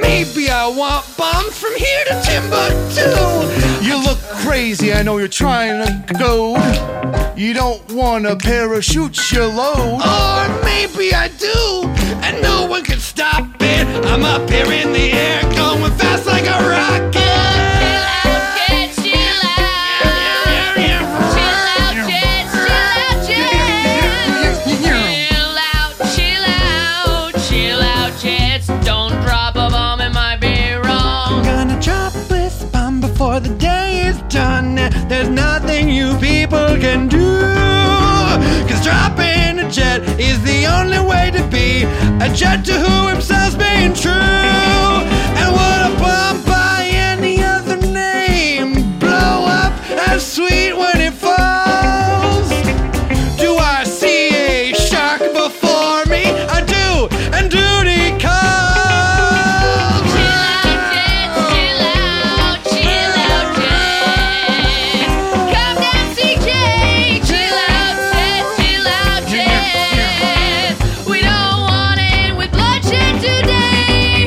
[SPEAKER 9] Maybe I want bombs from here to Timbuktu.
[SPEAKER 6] You look crazy, I know you're trying to go. You don't want to parachute your load.
[SPEAKER 9] Or maybe I do, and no one can stop it. I'm up here in the air, going fast like a rocket. I'm gonna drop this bomb before the day is done. There's nothing you people can do. Cause dropping a jet is the only way to be a jet to who himself's being true. And what a bomb by any other name. Blow up as sweet when it falls. Do I see a shark before me? I do, and duty calls.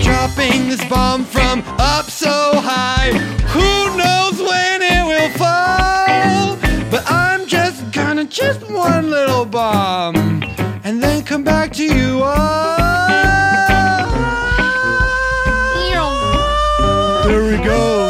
[SPEAKER 9] dropping this bomb from up so high. Who knows when it will fall? But I'm just gonna just one little bomb and then come back to you all.
[SPEAKER 5] There he goes.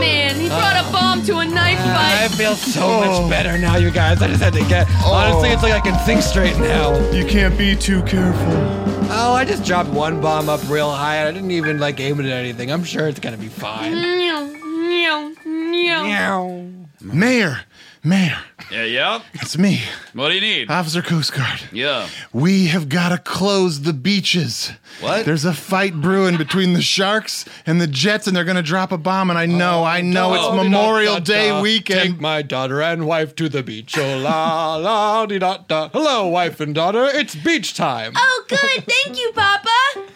[SPEAKER 3] Man, he brought a bomb to a knife
[SPEAKER 9] Uh, I
[SPEAKER 3] fight.
[SPEAKER 9] feel so
[SPEAKER 8] Oh.
[SPEAKER 9] much better now, you guys. I just had to get. Honestly, it's like I can think straight now.
[SPEAKER 5] You can't be too careful.
[SPEAKER 9] Oh, I just dropped one bomb up real high. and I didn't even like aim it at anything. I'm sure it's gonna be fine.
[SPEAKER 3] Meow, meow, meow.
[SPEAKER 8] Mayor, Mayor,
[SPEAKER 4] Yeah, yeah.
[SPEAKER 8] it's me,
[SPEAKER 4] What do you need?
[SPEAKER 8] Officer Coast Guard.
[SPEAKER 4] Yeah.
[SPEAKER 8] We have got to close the beaches.
[SPEAKER 4] What?
[SPEAKER 8] There's a fight brewing between the sharks and the jets, and they're going to drop a bomb. And I know, I know,
[SPEAKER 4] Oh,
[SPEAKER 8] it's Memorial Day weekend.
[SPEAKER 9] Take my daughter and wife to the beach. Oh la la di da da. Hello, wife and daughter. It's beach time.
[SPEAKER 3] Oh, good. Thank you, Papa.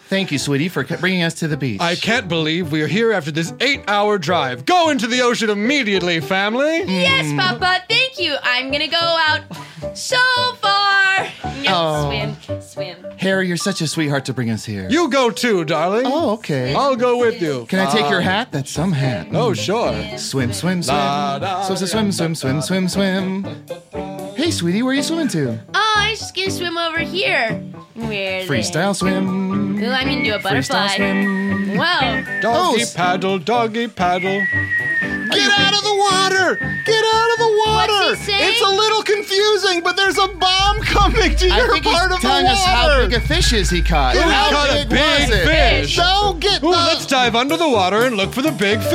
[SPEAKER 9] Thank you, sweetie, for bringing us to the beach. I can't believe we are here after this eight-hour drive. Go into the ocean immediately, family.
[SPEAKER 3] Yes,
[SPEAKER 9] Hmm.
[SPEAKER 3] Papa. Thank you. I'm gonna go out so far.
[SPEAKER 6] Oh.
[SPEAKER 3] Swim, swim.
[SPEAKER 6] Harry, you're such a sweetheart to bring us here.
[SPEAKER 9] You go too, darling.
[SPEAKER 6] Oh, okay.
[SPEAKER 9] I'll go with you.
[SPEAKER 6] Can I take your
[SPEAKER 9] Um,
[SPEAKER 6] hat? That's some hat.
[SPEAKER 9] Oh, sure.
[SPEAKER 6] Swim, swim, swim.
[SPEAKER 9] Da, da,
[SPEAKER 6] So, so swim, swim, swim, swim, swim. Hey, sweetie, where are you swimming to?
[SPEAKER 3] Oh, I was just gonna swim over here. Where? the-
[SPEAKER 6] Freestyle swim.
[SPEAKER 3] Ooh, I mean, do a butterfly. Whoa.
[SPEAKER 6] Oh,
[SPEAKER 9] Doggy paddle, doggy paddle.
[SPEAKER 8] Get out of the water! Get out of the water!
[SPEAKER 3] What's he saying?
[SPEAKER 8] It's a little confusing, but there's a bomb coming to
[SPEAKER 6] I
[SPEAKER 8] your
[SPEAKER 6] think
[SPEAKER 8] part
[SPEAKER 6] he's
[SPEAKER 8] of the
[SPEAKER 6] telling
[SPEAKER 8] water.
[SPEAKER 6] us how big a fish is he caught.
[SPEAKER 8] Who
[SPEAKER 6] How
[SPEAKER 8] caught
[SPEAKER 9] a big
[SPEAKER 6] was it?
[SPEAKER 9] fish?
[SPEAKER 8] Don't get
[SPEAKER 9] Ooh, let's dive under the water and look for the big fish.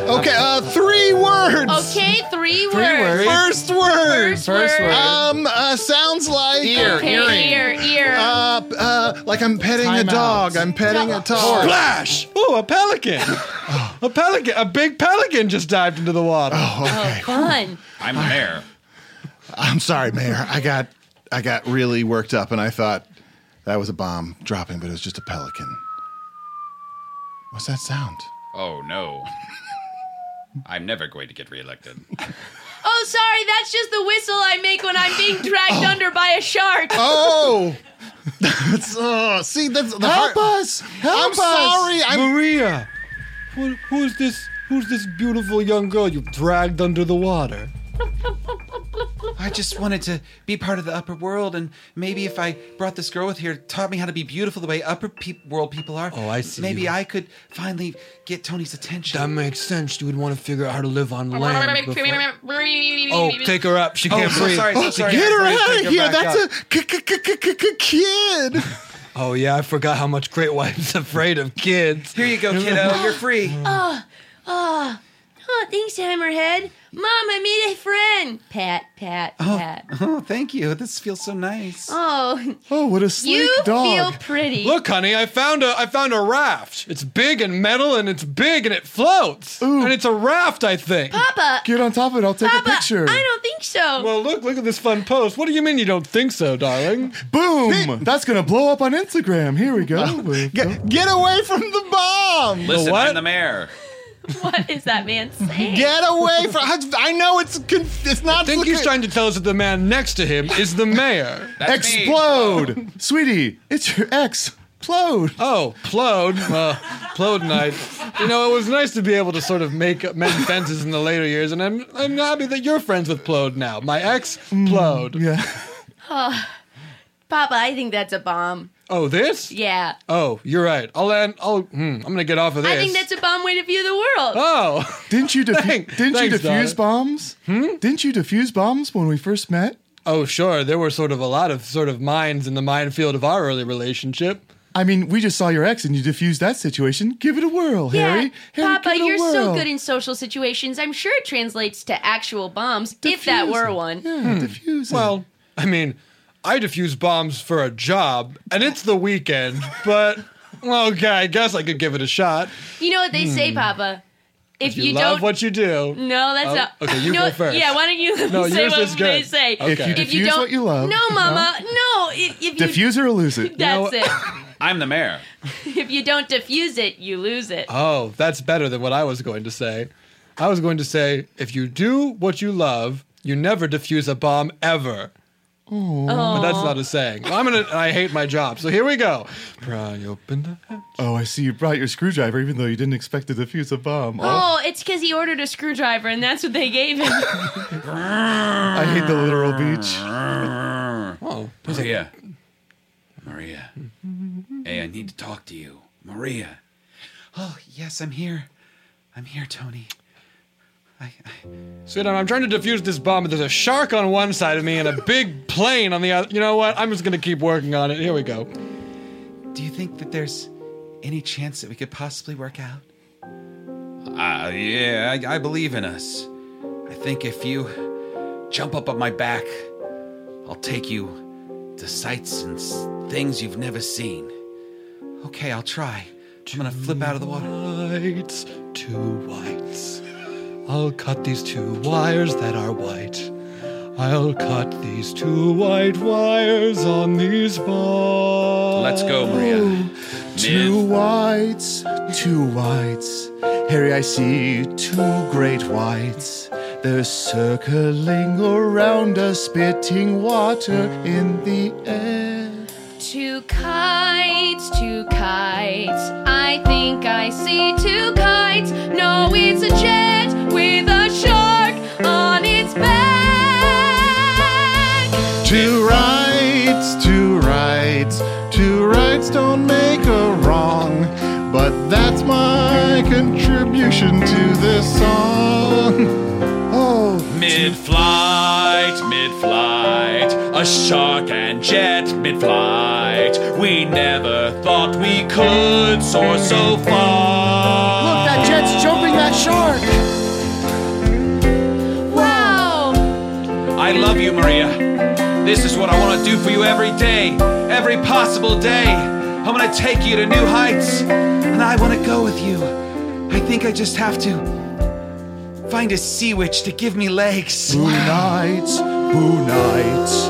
[SPEAKER 8] okay, uh, three words.
[SPEAKER 3] Okay, three,
[SPEAKER 9] Three words.
[SPEAKER 8] First word. First,
[SPEAKER 3] word.
[SPEAKER 8] Um, uh, sounds like
[SPEAKER 3] Ear, Okay, earring. ear, ear.
[SPEAKER 8] Uh, uh, like I'm petting
[SPEAKER 9] Time
[SPEAKER 8] a dog. I'm petting a dog.
[SPEAKER 9] Splash! Ooh, a pelican. a pelican. A big pelican just dived into the water.
[SPEAKER 3] Oh, fun.
[SPEAKER 4] I'm there.
[SPEAKER 8] I'm sorry, Mayor. I got I got really worked up, and I thought that was a bomb dropping, but it was just a pelican. What's that sound?
[SPEAKER 4] Oh no. I'm never going to get reelected.
[SPEAKER 3] Oh, sorry.
[SPEAKER 9] Oh.
[SPEAKER 3] That's just the whistle I make when I'm being dragged under by a shark.
[SPEAKER 8] Oh. It's, uh, see, that's the
[SPEAKER 5] Help
[SPEAKER 8] hard-
[SPEAKER 5] us! Help
[SPEAKER 8] I'm
[SPEAKER 5] us!
[SPEAKER 8] sorry, I'm-
[SPEAKER 5] Maria. Who, who's this? Who's this beautiful young girl you've dragged under the water?
[SPEAKER 4] I just wanted to be part of the upper world, and maybe if I brought this girl with here, taught me how to be beautiful the way upper peop world people are. Oh, I
[SPEAKER 5] see.
[SPEAKER 4] Maybe I could finally get Tony's attention.
[SPEAKER 5] That makes sense. You would want to figure out how to live on land. before- Oh,
[SPEAKER 3] Oh,
[SPEAKER 5] take her up. She
[SPEAKER 4] Oh,
[SPEAKER 5] can't
[SPEAKER 4] so
[SPEAKER 5] breathe.
[SPEAKER 4] sorry, so
[SPEAKER 5] She
[SPEAKER 4] sorry.
[SPEAKER 5] can't
[SPEAKER 4] Get her
[SPEAKER 5] breathe.
[SPEAKER 4] outta
[SPEAKER 5] Take
[SPEAKER 4] here.
[SPEAKER 5] back
[SPEAKER 4] That's
[SPEAKER 5] up.
[SPEAKER 8] kid.
[SPEAKER 5] Oh yeah, I forgot how much Great White's afraid of kids. Here
[SPEAKER 4] you go, kiddo. You're free.
[SPEAKER 3] Oh, oh, oh, thanks, Hammerhead. Mom, I made a friend. Pat, pat, pat.
[SPEAKER 4] Oh, thank you. This feels so nice.
[SPEAKER 3] Oh,
[SPEAKER 8] oh, what a
[SPEAKER 3] sleek You dog. feel pretty.
[SPEAKER 5] Look, honey, I found a I found a raft. It's big and metal, and it's big and it floats, and it's a raft, I think.
[SPEAKER 3] Papa,
[SPEAKER 5] Get on top of it. I'll take
[SPEAKER 3] Papa, I don't think so.
[SPEAKER 5] Well, look, look at this fun post. What do you mean you don't think so, darling?
[SPEAKER 10] Boom! That's gonna blow up on Instagram. Here we go.
[SPEAKER 8] get, get away from the bomb!
[SPEAKER 9] Listen, I'm the mayor.
[SPEAKER 3] what is that man saying?
[SPEAKER 8] Get away from! I, I know it's conf- it's not.
[SPEAKER 5] I think he's trying to tell us that the man next to him is the mayor.
[SPEAKER 10] Explode, sweetie. It's your ex. Plode.
[SPEAKER 5] Oh, plode. Well, plode night. You know, it was nice to be able to sort of make mend fences in the later years, and I'm I'm happy that you're friends with plode now. My ex, plode.
[SPEAKER 10] Mm, yeah.
[SPEAKER 3] Oh, Papa, I think that's a bomb.
[SPEAKER 5] Oh, this.
[SPEAKER 3] Yeah.
[SPEAKER 5] Oh, you're right. I'll end. I'll. Hmm, I'm gonna get off of this.
[SPEAKER 3] I think that's a bomb way to view the world.
[SPEAKER 5] Oh,
[SPEAKER 10] didn't you defu-
[SPEAKER 5] Thank-
[SPEAKER 10] didn't
[SPEAKER 5] thanks,
[SPEAKER 10] you defuse
[SPEAKER 5] daughter.
[SPEAKER 10] bombs? Hmm? Didn't you defuse bombs when we first met?
[SPEAKER 5] Oh, sure. There were sort of a lot of sort of mines in the minefield of our early relationship.
[SPEAKER 10] I mean, we just saw your ex and you defused that situation. Give it a whirl,
[SPEAKER 3] Yeah,
[SPEAKER 10] Harry. Harry,
[SPEAKER 3] Papa,
[SPEAKER 10] give it a
[SPEAKER 3] you're so
[SPEAKER 10] whirl.
[SPEAKER 3] good in social situations. I'm sure it translates to actual bombs, if that
[SPEAKER 5] Diffuse
[SPEAKER 3] were
[SPEAKER 5] it.
[SPEAKER 3] one.
[SPEAKER 5] Hmm. Well, I mean, I defuse bombs for a job, and it's the weekend, but well, okay, I guess I could give it a shot.
[SPEAKER 3] You know what they say,
[SPEAKER 5] Hmm.
[SPEAKER 3] Papa? If you,
[SPEAKER 5] you, love
[SPEAKER 3] don't.
[SPEAKER 5] what you do.
[SPEAKER 3] no, that's
[SPEAKER 5] Oh,
[SPEAKER 3] not.
[SPEAKER 5] okay, you
[SPEAKER 3] no,
[SPEAKER 5] go first.
[SPEAKER 3] Yeah, why don't you let me
[SPEAKER 5] No,
[SPEAKER 3] say
[SPEAKER 5] yours
[SPEAKER 3] what
[SPEAKER 5] is good.
[SPEAKER 3] they say?
[SPEAKER 5] Okay. If you
[SPEAKER 3] you
[SPEAKER 5] diffuse
[SPEAKER 3] don't,
[SPEAKER 5] what you love,
[SPEAKER 3] No, Mama. No, if, if you
[SPEAKER 10] Diffuse it or lose it.
[SPEAKER 3] That's
[SPEAKER 4] I'm the mayor.
[SPEAKER 3] it. if you don't diffuse it, you lose it.
[SPEAKER 5] Oh, that's better than what I was going to say. I was going to say if you do what you love, you never defuse a bomb ever. Oh. But
[SPEAKER 3] Oh.
[SPEAKER 5] that's not a saying. I'm gonna. I hate my job. So here we go. Pry open the
[SPEAKER 10] Oh, I see. You brought your screwdriver, even though you didn't expect to defuse a bomb.
[SPEAKER 3] Oh, it's because he ordered a screwdriver, and that's what they gave him.
[SPEAKER 10] I hate the literal beach.
[SPEAKER 5] Oh,
[SPEAKER 9] Maria. Maria. Hey, I need to talk to you. Maria.
[SPEAKER 4] Oh, yes, I'm here. I'm here, Tony.
[SPEAKER 5] Sweetheart, I'm trying to defuse this bomb, but there's a shark on one side of me and a big plane on the other. You know what? I'm just gonna keep working on it. Here we go.
[SPEAKER 4] Do you think that there's any chance that we could possibly work out?
[SPEAKER 9] Uh, yeah, I, I believe in us. I think if you jump up on my back, I'll take you to sights and s- things you've never seen.
[SPEAKER 4] Okay, I'll try. I'm gonna flip out of the water.
[SPEAKER 5] Lights, two whites. I'll cut these two wires that are white. I'll cut these two white wires on these bombs.
[SPEAKER 9] Let's go, Maria.
[SPEAKER 10] Two whites, two whites. Harry, I see two great whites. They're circling around us, spitting water in the air.
[SPEAKER 3] Two kites, two kites. I think I see two kites. No, it's a jet with a shark on its back.
[SPEAKER 8] Two rights, two rights, two rights don't make a wrong. But that's my contribution to this song. Oh,
[SPEAKER 9] Mid flight, mid flight, a shark and jet mid flight. We never thought we could soar so far.
[SPEAKER 6] Look, that jet's jumping that shark.
[SPEAKER 3] Wow!
[SPEAKER 9] I love you, Maria. This is what I want to do for you every day, every possible day. I'm going to take you to new heights, and I want to go with you.
[SPEAKER 4] I think I just have to find a sea witch to give me legs.
[SPEAKER 10] Boo nights, boo nights,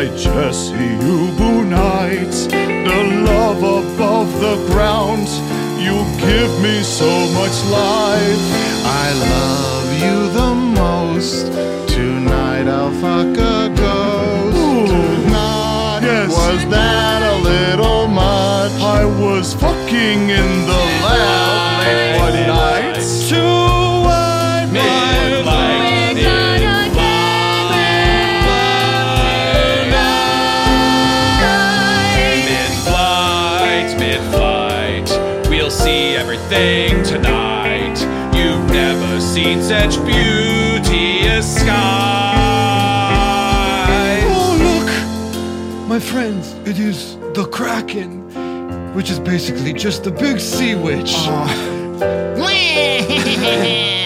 [SPEAKER 10] I just see you, boo nights. The love above the ground, you give me so much life.
[SPEAKER 8] I love you the most. Tonight I'll fuck a ghost. Tonight was that a little
[SPEAKER 10] singing in the lab late white nights. Two white nights.
[SPEAKER 9] Mid flight, mid flight, we'll see everything tonight. You've never seen such beauty as sky.
[SPEAKER 5] Oh, look! My friends, it is the Kraken, which is basically just the big sea witch.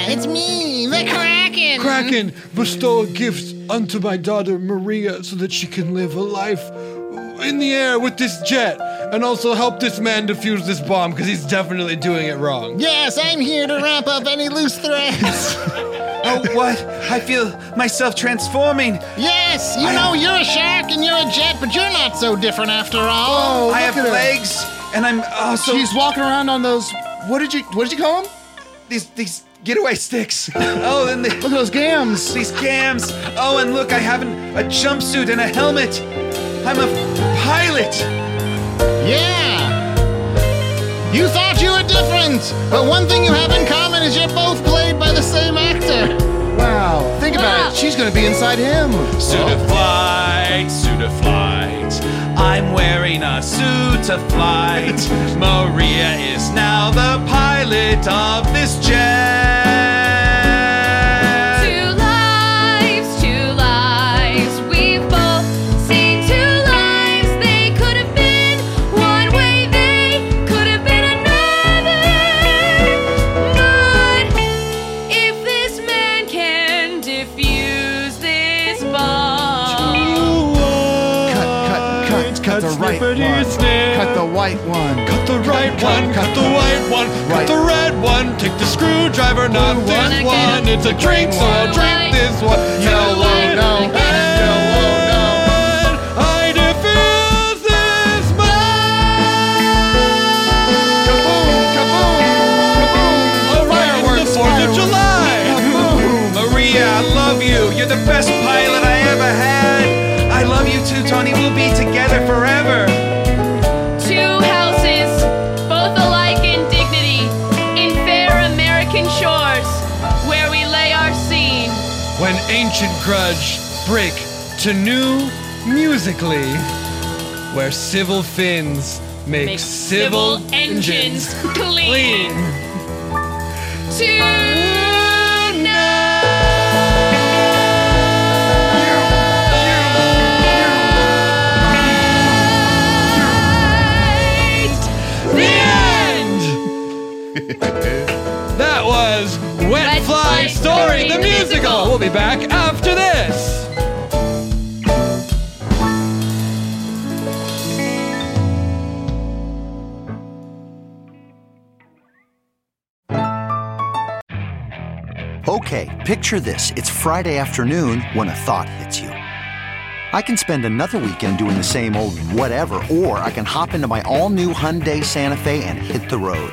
[SPEAKER 2] it's me, the Kraken.
[SPEAKER 5] Kraken, bestow a gift unto my daughter Maria so that she can live a life in the air with this jet. And also help this man defuse this bomb because he's definitely doing it wrong.
[SPEAKER 2] Yes, I'm here to wrap up any loose threads.
[SPEAKER 4] Oh, what? I feel myself transforming.
[SPEAKER 2] yes, you
[SPEAKER 4] I-
[SPEAKER 2] know you're a shark and you're a jet, but you're not so different after
[SPEAKER 6] Oh,
[SPEAKER 2] all.
[SPEAKER 4] I have legs, and I'm oh, also.
[SPEAKER 2] She's
[SPEAKER 4] walking around on those. What did you? What did you call them? These these getaway sticks. oh, and the, look at those gams. These gams. Oh, and look, I have an, a jumpsuit and a helmet. I'm a pilot.
[SPEAKER 2] Yeah. You thought you were different, but one thing you have in common is you're both played by the same actor.
[SPEAKER 6] Wow. Think about it. She's going to be inside him.
[SPEAKER 4] Suit of flight, suit of flight. I'm wearing a suit of flight. Maria is now the pilot of this jet.
[SPEAKER 16] Two lives, two lives. We've both seen two lives. They could have been one way. They could have been another. But if this man can defuse this bomb,
[SPEAKER 6] Cut, cut, cut the right one. Cut the white one.
[SPEAKER 5] Cut the right one, cut the white one, cut the red one. Take the screwdriver, not this one. It's a drink, so I'll drink this one. Hello, no. I defuse this
[SPEAKER 9] Fireworks, Fourth of July.
[SPEAKER 4] Maria, I love you. You're the best pilot I ever had. I love you too, Tony. We'll be together forever.
[SPEAKER 16] two houses, both alike in dignity, in fair American shores, where we lay our scene.
[SPEAKER 5] When ancient grudge break to new musically, where civil fins make, civil, engines
[SPEAKER 16] clean.
[SPEAKER 5] That was Wet,
[SPEAKER 2] Wet Fly
[SPEAKER 5] Fly, Story, the, musical. We'll be back after this.
[SPEAKER 17] Okay, picture this. It's Friday afternoon when a thought hits you. I can spend another weekend doing the same old whatever, or I can hop into my all new Hyundai Santa Fe and hit the road.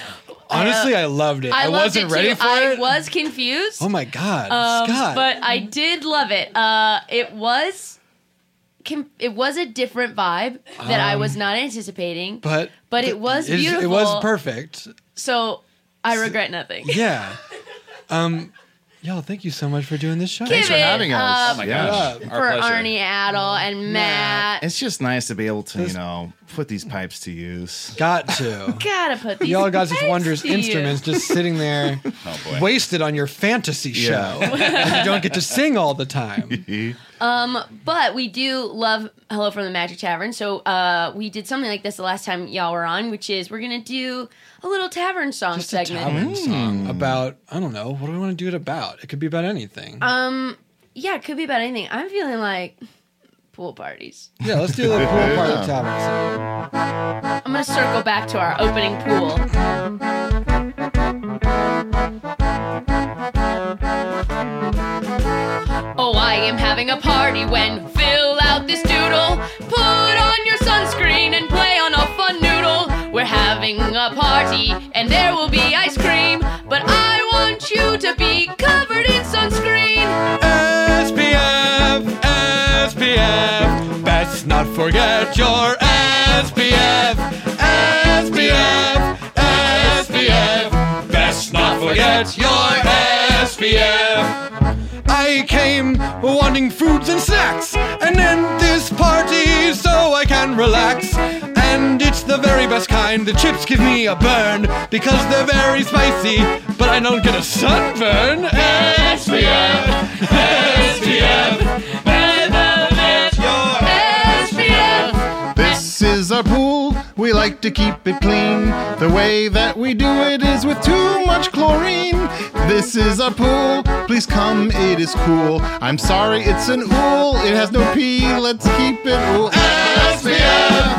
[SPEAKER 9] Honestly, I loved it. I,
[SPEAKER 3] uh, loved
[SPEAKER 9] wasn't
[SPEAKER 3] it
[SPEAKER 9] ready
[SPEAKER 3] too.
[SPEAKER 9] for
[SPEAKER 3] I
[SPEAKER 9] it.
[SPEAKER 3] was confused.
[SPEAKER 9] Oh my god,
[SPEAKER 3] Um,
[SPEAKER 9] Scott!
[SPEAKER 3] But I did love it. Uh, it was, com- it was a different vibe that I was
[SPEAKER 9] Um,
[SPEAKER 3] not anticipating.
[SPEAKER 9] but
[SPEAKER 3] but it was
[SPEAKER 9] it's-
[SPEAKER 3] beautiful.
[SPEAKER 9] It was perfect.
[SPEAKER 3] So I regret nothing.
[SPEAKER 9] Yeah. um, y'all, thank you so much for doing this show.
[SPEAKER 3] Give it up
[SPEAKER 9] Yeah.
[SPEAKER 3] for Arnie Adel and Matt.
[SPEAKER 8] It's just nice to be able to, you know, put these pipes to use.
[SPEAKER 9] Got to.
[SPEAKER 3] Gotta put these.
[SPEAKER 9] Y'all got such
[SPEAKER 3] these
[SPEAKER 9] wondrous
[SPEAKER 3] to you. Oh,
[SPEAKER 9] instruments just sitting there, wasted on your fantasy show. that you don't get to sing all the time.
[SPEAKER 3] Um, but we do love Hello from the Magic Tavern. So uh, we did something like this the last time y'all were on, which is we're gonna do a little tavern song segment.
[SPEAKER 5] Mm.
[SPEAKER 9] Tavern song about I don't know what do we want to do it about? It could be about anything.
[SPEAKER 3] Um, yeah, it could be about anything. I'm feeling like pool parties.
[SPEAKER 9] Yeah, let's do the pool part of the
[SPEAKER 3] Yeah.
[SPEAKER 9] tavern song.
[SPEAKER 3] I'm gonna circle back to our opening pool. Oh, I am having a party when fill out this doodle. Put on your sunscreen and play on a fun noodle. We're having a party and there will be ice cream, but I want you to be covered in sunscreen.
[SPEAKER 9] SPF, SPF. Best not forget your SPF, SPF, SPF. Best not forget your SPF. I came wanting foods and snacks, and then this party so I can relax. And it's the very best kind. The chips give me a burn because they're very spicy, but I don't get a sunburn. SPF.
[SPEAKER 8] This is our pool. We like to keep it clean. The way that we do it is with too much chlorine. This is our pool. Please come, it is cool. I'm sorry, it's an ool. It has no pee. Let's keep it ool. SPF,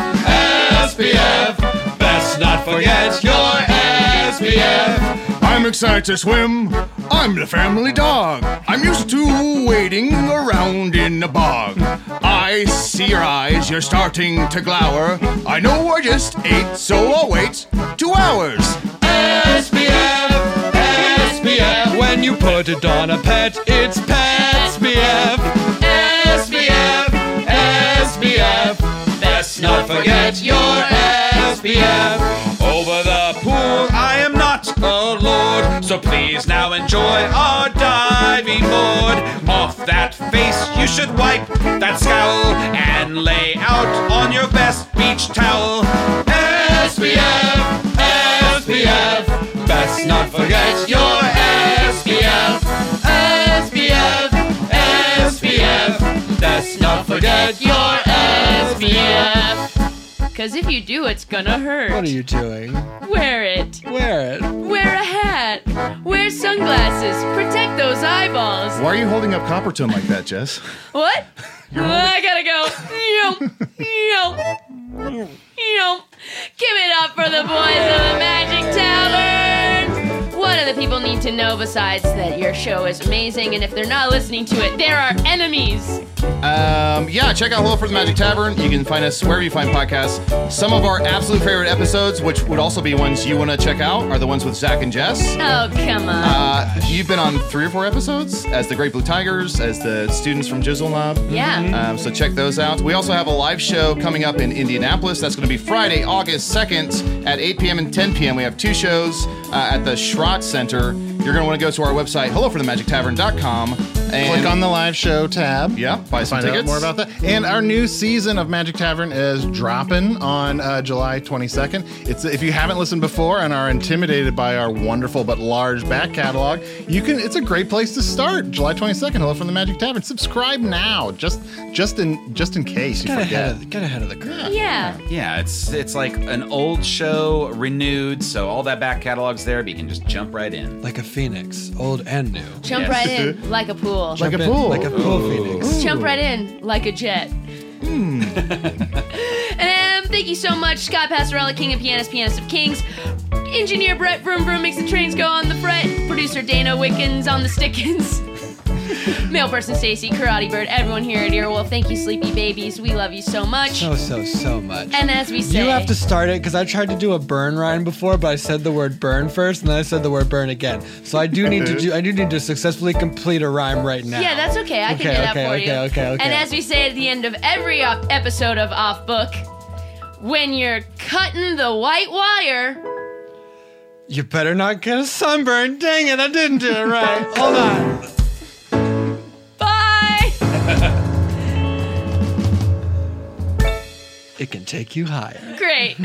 [SPEAKER 9] SPF. Best not
[SPEAKER 16] E
[SPEAKER 9] forget your SPF.
[SPEAKER 16] I'm excited to swim. I'm the family dog. I'm used to waiting around in the bog. I see your eyes, you're starting to glower. I know I just ate, so I'll wait two hours. E
[SPEAKER 9] SPF, SPF. When you put it on a pet, it's pet SPF. SPF, SPF. Best not forget your SPF.
[SPEAKER 4] Over the pool, I am not a lord. So please now enjoy our diving board. Off that face, you should wipe that scowl and lay out on your best beach towel. SPF, SPF, best not forget your SPF. SPF, SPF, best not forget your
[SPEAKER 3] SPF. Cause if you do, it's gonna hurt.
[SPEAKER 9] What are you doing?
[SPEAKER 3] Wear it.
[SPEAKER 9] Wear it.
[SPEAKER 3] Wear a hat. Wear sunglasses. Protect those eyeballs.
[SPEAKER 8] Why are you holding up Copperton like that, Jess?
[SPEAKER 3] What? Oh, I gotta go. Yum. Yum. Yum. Give it up for the boys of the Magic Tavern. What do the people need to know besides that your show is amazing? And if they're not listening to it, they're our enemies.
[SPEAKER 8] Um,
[SPEAKER 16] yeah, check out Hello for the Magic Tavern. You can find us wherever you find podcasts. Some of our absolute favorite episodes, which would also be ones you want to check out, are the ones with Zach and Jess.
[SPEAKER 3] Oh, come on.
[SPEAKER 16] Uh, you've been on three or four episodes as the Great Blue Tigers, as the students from Jizzle Knob.
[SPEAKER 3] Yeah.
[SPEAKER 16] Um, so check those out. We also have a live show coming up in Indianapolis. That's going to be Friday, August 2nd at 8 p.m. and 10 p.m. We have two shows uh, at the Schrott Center. You're going to want to go to our website, helloforthemagictavern.com. And
[SPEAKER 8] Click on the live show tab.
[SPEAKER 16] Yeah, buy some
[SPEAKER 8] Find out
[SPEAKER 16] tickets.
[SPEAKER 8] more about that. And our new season of Magic Tavern is dropping on uh, July 22nd. It's if you haven't listened before and are intimidated by our wonderful but large back catalog, you can. It's a great place to start. July 22nd. Hello from the Magic Tavern. Subscribe now, just just in just in case you
[SPEAKER 5] Get
[SPEAKER 8] forget.
[SPEAKER 5] ahead of-
[SPEAKER 9] get ahead of the curve.
[SPEAKER 3] Yeah.
[SPEAKER 5] Yeah, it's it's like an old show renewed, so all that back catalog's there, but you can just jump right in.
[SPEAKER 9] Like a phoenix, old and new.
[SPEAKER 3] Jump right in like a pool.
[SPEAKER 9] Jump in Like a pool phoenix.
[SPEAKER 3] Jump right in like a jet.
[SPEAKER 5] Hmm.
[SPEAKER 3] and thank you so much, Scott Passarella, King of Pianists, Pianist of Kings. Engineer Brett Vroom Vroom makes the trains go on the fret. Producer Dana Wickens on the stickins. Mail person Stacy, Karate Bird, everyone here at Earwolf. Thank you, sleepy babies. We love you so much.
[SPEAKER 5] So, so, so much.
[SPEAKER 3] And as we say,
[SPEAKER 5] You have to start it because I tried to do a burn rhyme before, but I said the word burn first, and then I said the word burn again. So I do need to do. I do need to successfully complete a rhyme right now.
[SPEAKER 3] Yeah, that's okay. I can
[SPEAKER 5] Okay,
[SPEAKER 3] do that
[SPEAKER 5] okay,
[SPEAKER 3] for
[SPEAKER 5] okay,
[SPEAKER 3] you.
[SPEAKER 5] okay, okay.
[SPEAKER 3] And as we say at the end of every op- episode of Off Book, when you're cutting the white wire,
[SPEAKER 5] You better not get a sunburn. Dang it! I didn't do it right. Oh. Hold on.
[SPEAKER 3] bye.
[SPEAKER 5] It can take you higher.
[SPEAKER 3] Great.